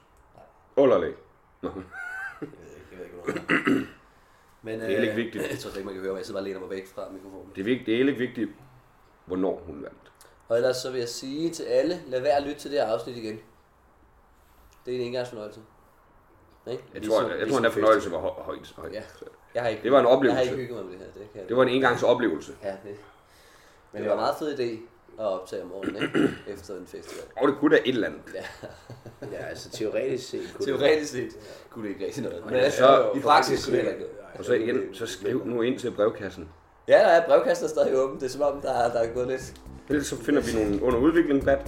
Olderlag. Nå, Jeg ved ikke, jeg ved ikke, hvornår. Men, øh, Det er heller ikke vigtigt. Jeg tror slet ikke, man kan høre, mig. jeg sidder bare og læner mig væk fra mikrofonen. det er, vigtigt, det er heller ikke vigtigt, hvornår hun vandt. Og ellers så vil jeg sige til alle, lad være at lytte til det her afsnit igen. Det er en engangsfornøjelse. Ikke? Jeg tror, jeg, jeg tror, den der fornøjelse var hø- højt. højt. ligesom- Ja. Ja. Jeg har ikke, Det var en Jeg har oplevelse. ikke hygget mig med det her. Det, kan jeg. Det var en engangs oplevelse. Ja, det. Men det var en meget fed idé at optage om morgenen, ikke? Efter en festival. Og det kunne da et eller andet. ja, altså teoretisk set kunne Teoretisk set kunne det ikke rigtig noget. Men så- i praksis kunne det heller ikke noget. Og så igen, så skriv nu ind til brevkassen. Ja, der er brevkaster stadig åben. Det er som om, der er, der er gået lidt. Ellers så finder vi nogle under udvikling plat.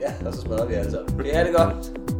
Ja, og så smadrer vi alle sammen. Kan I have det godt?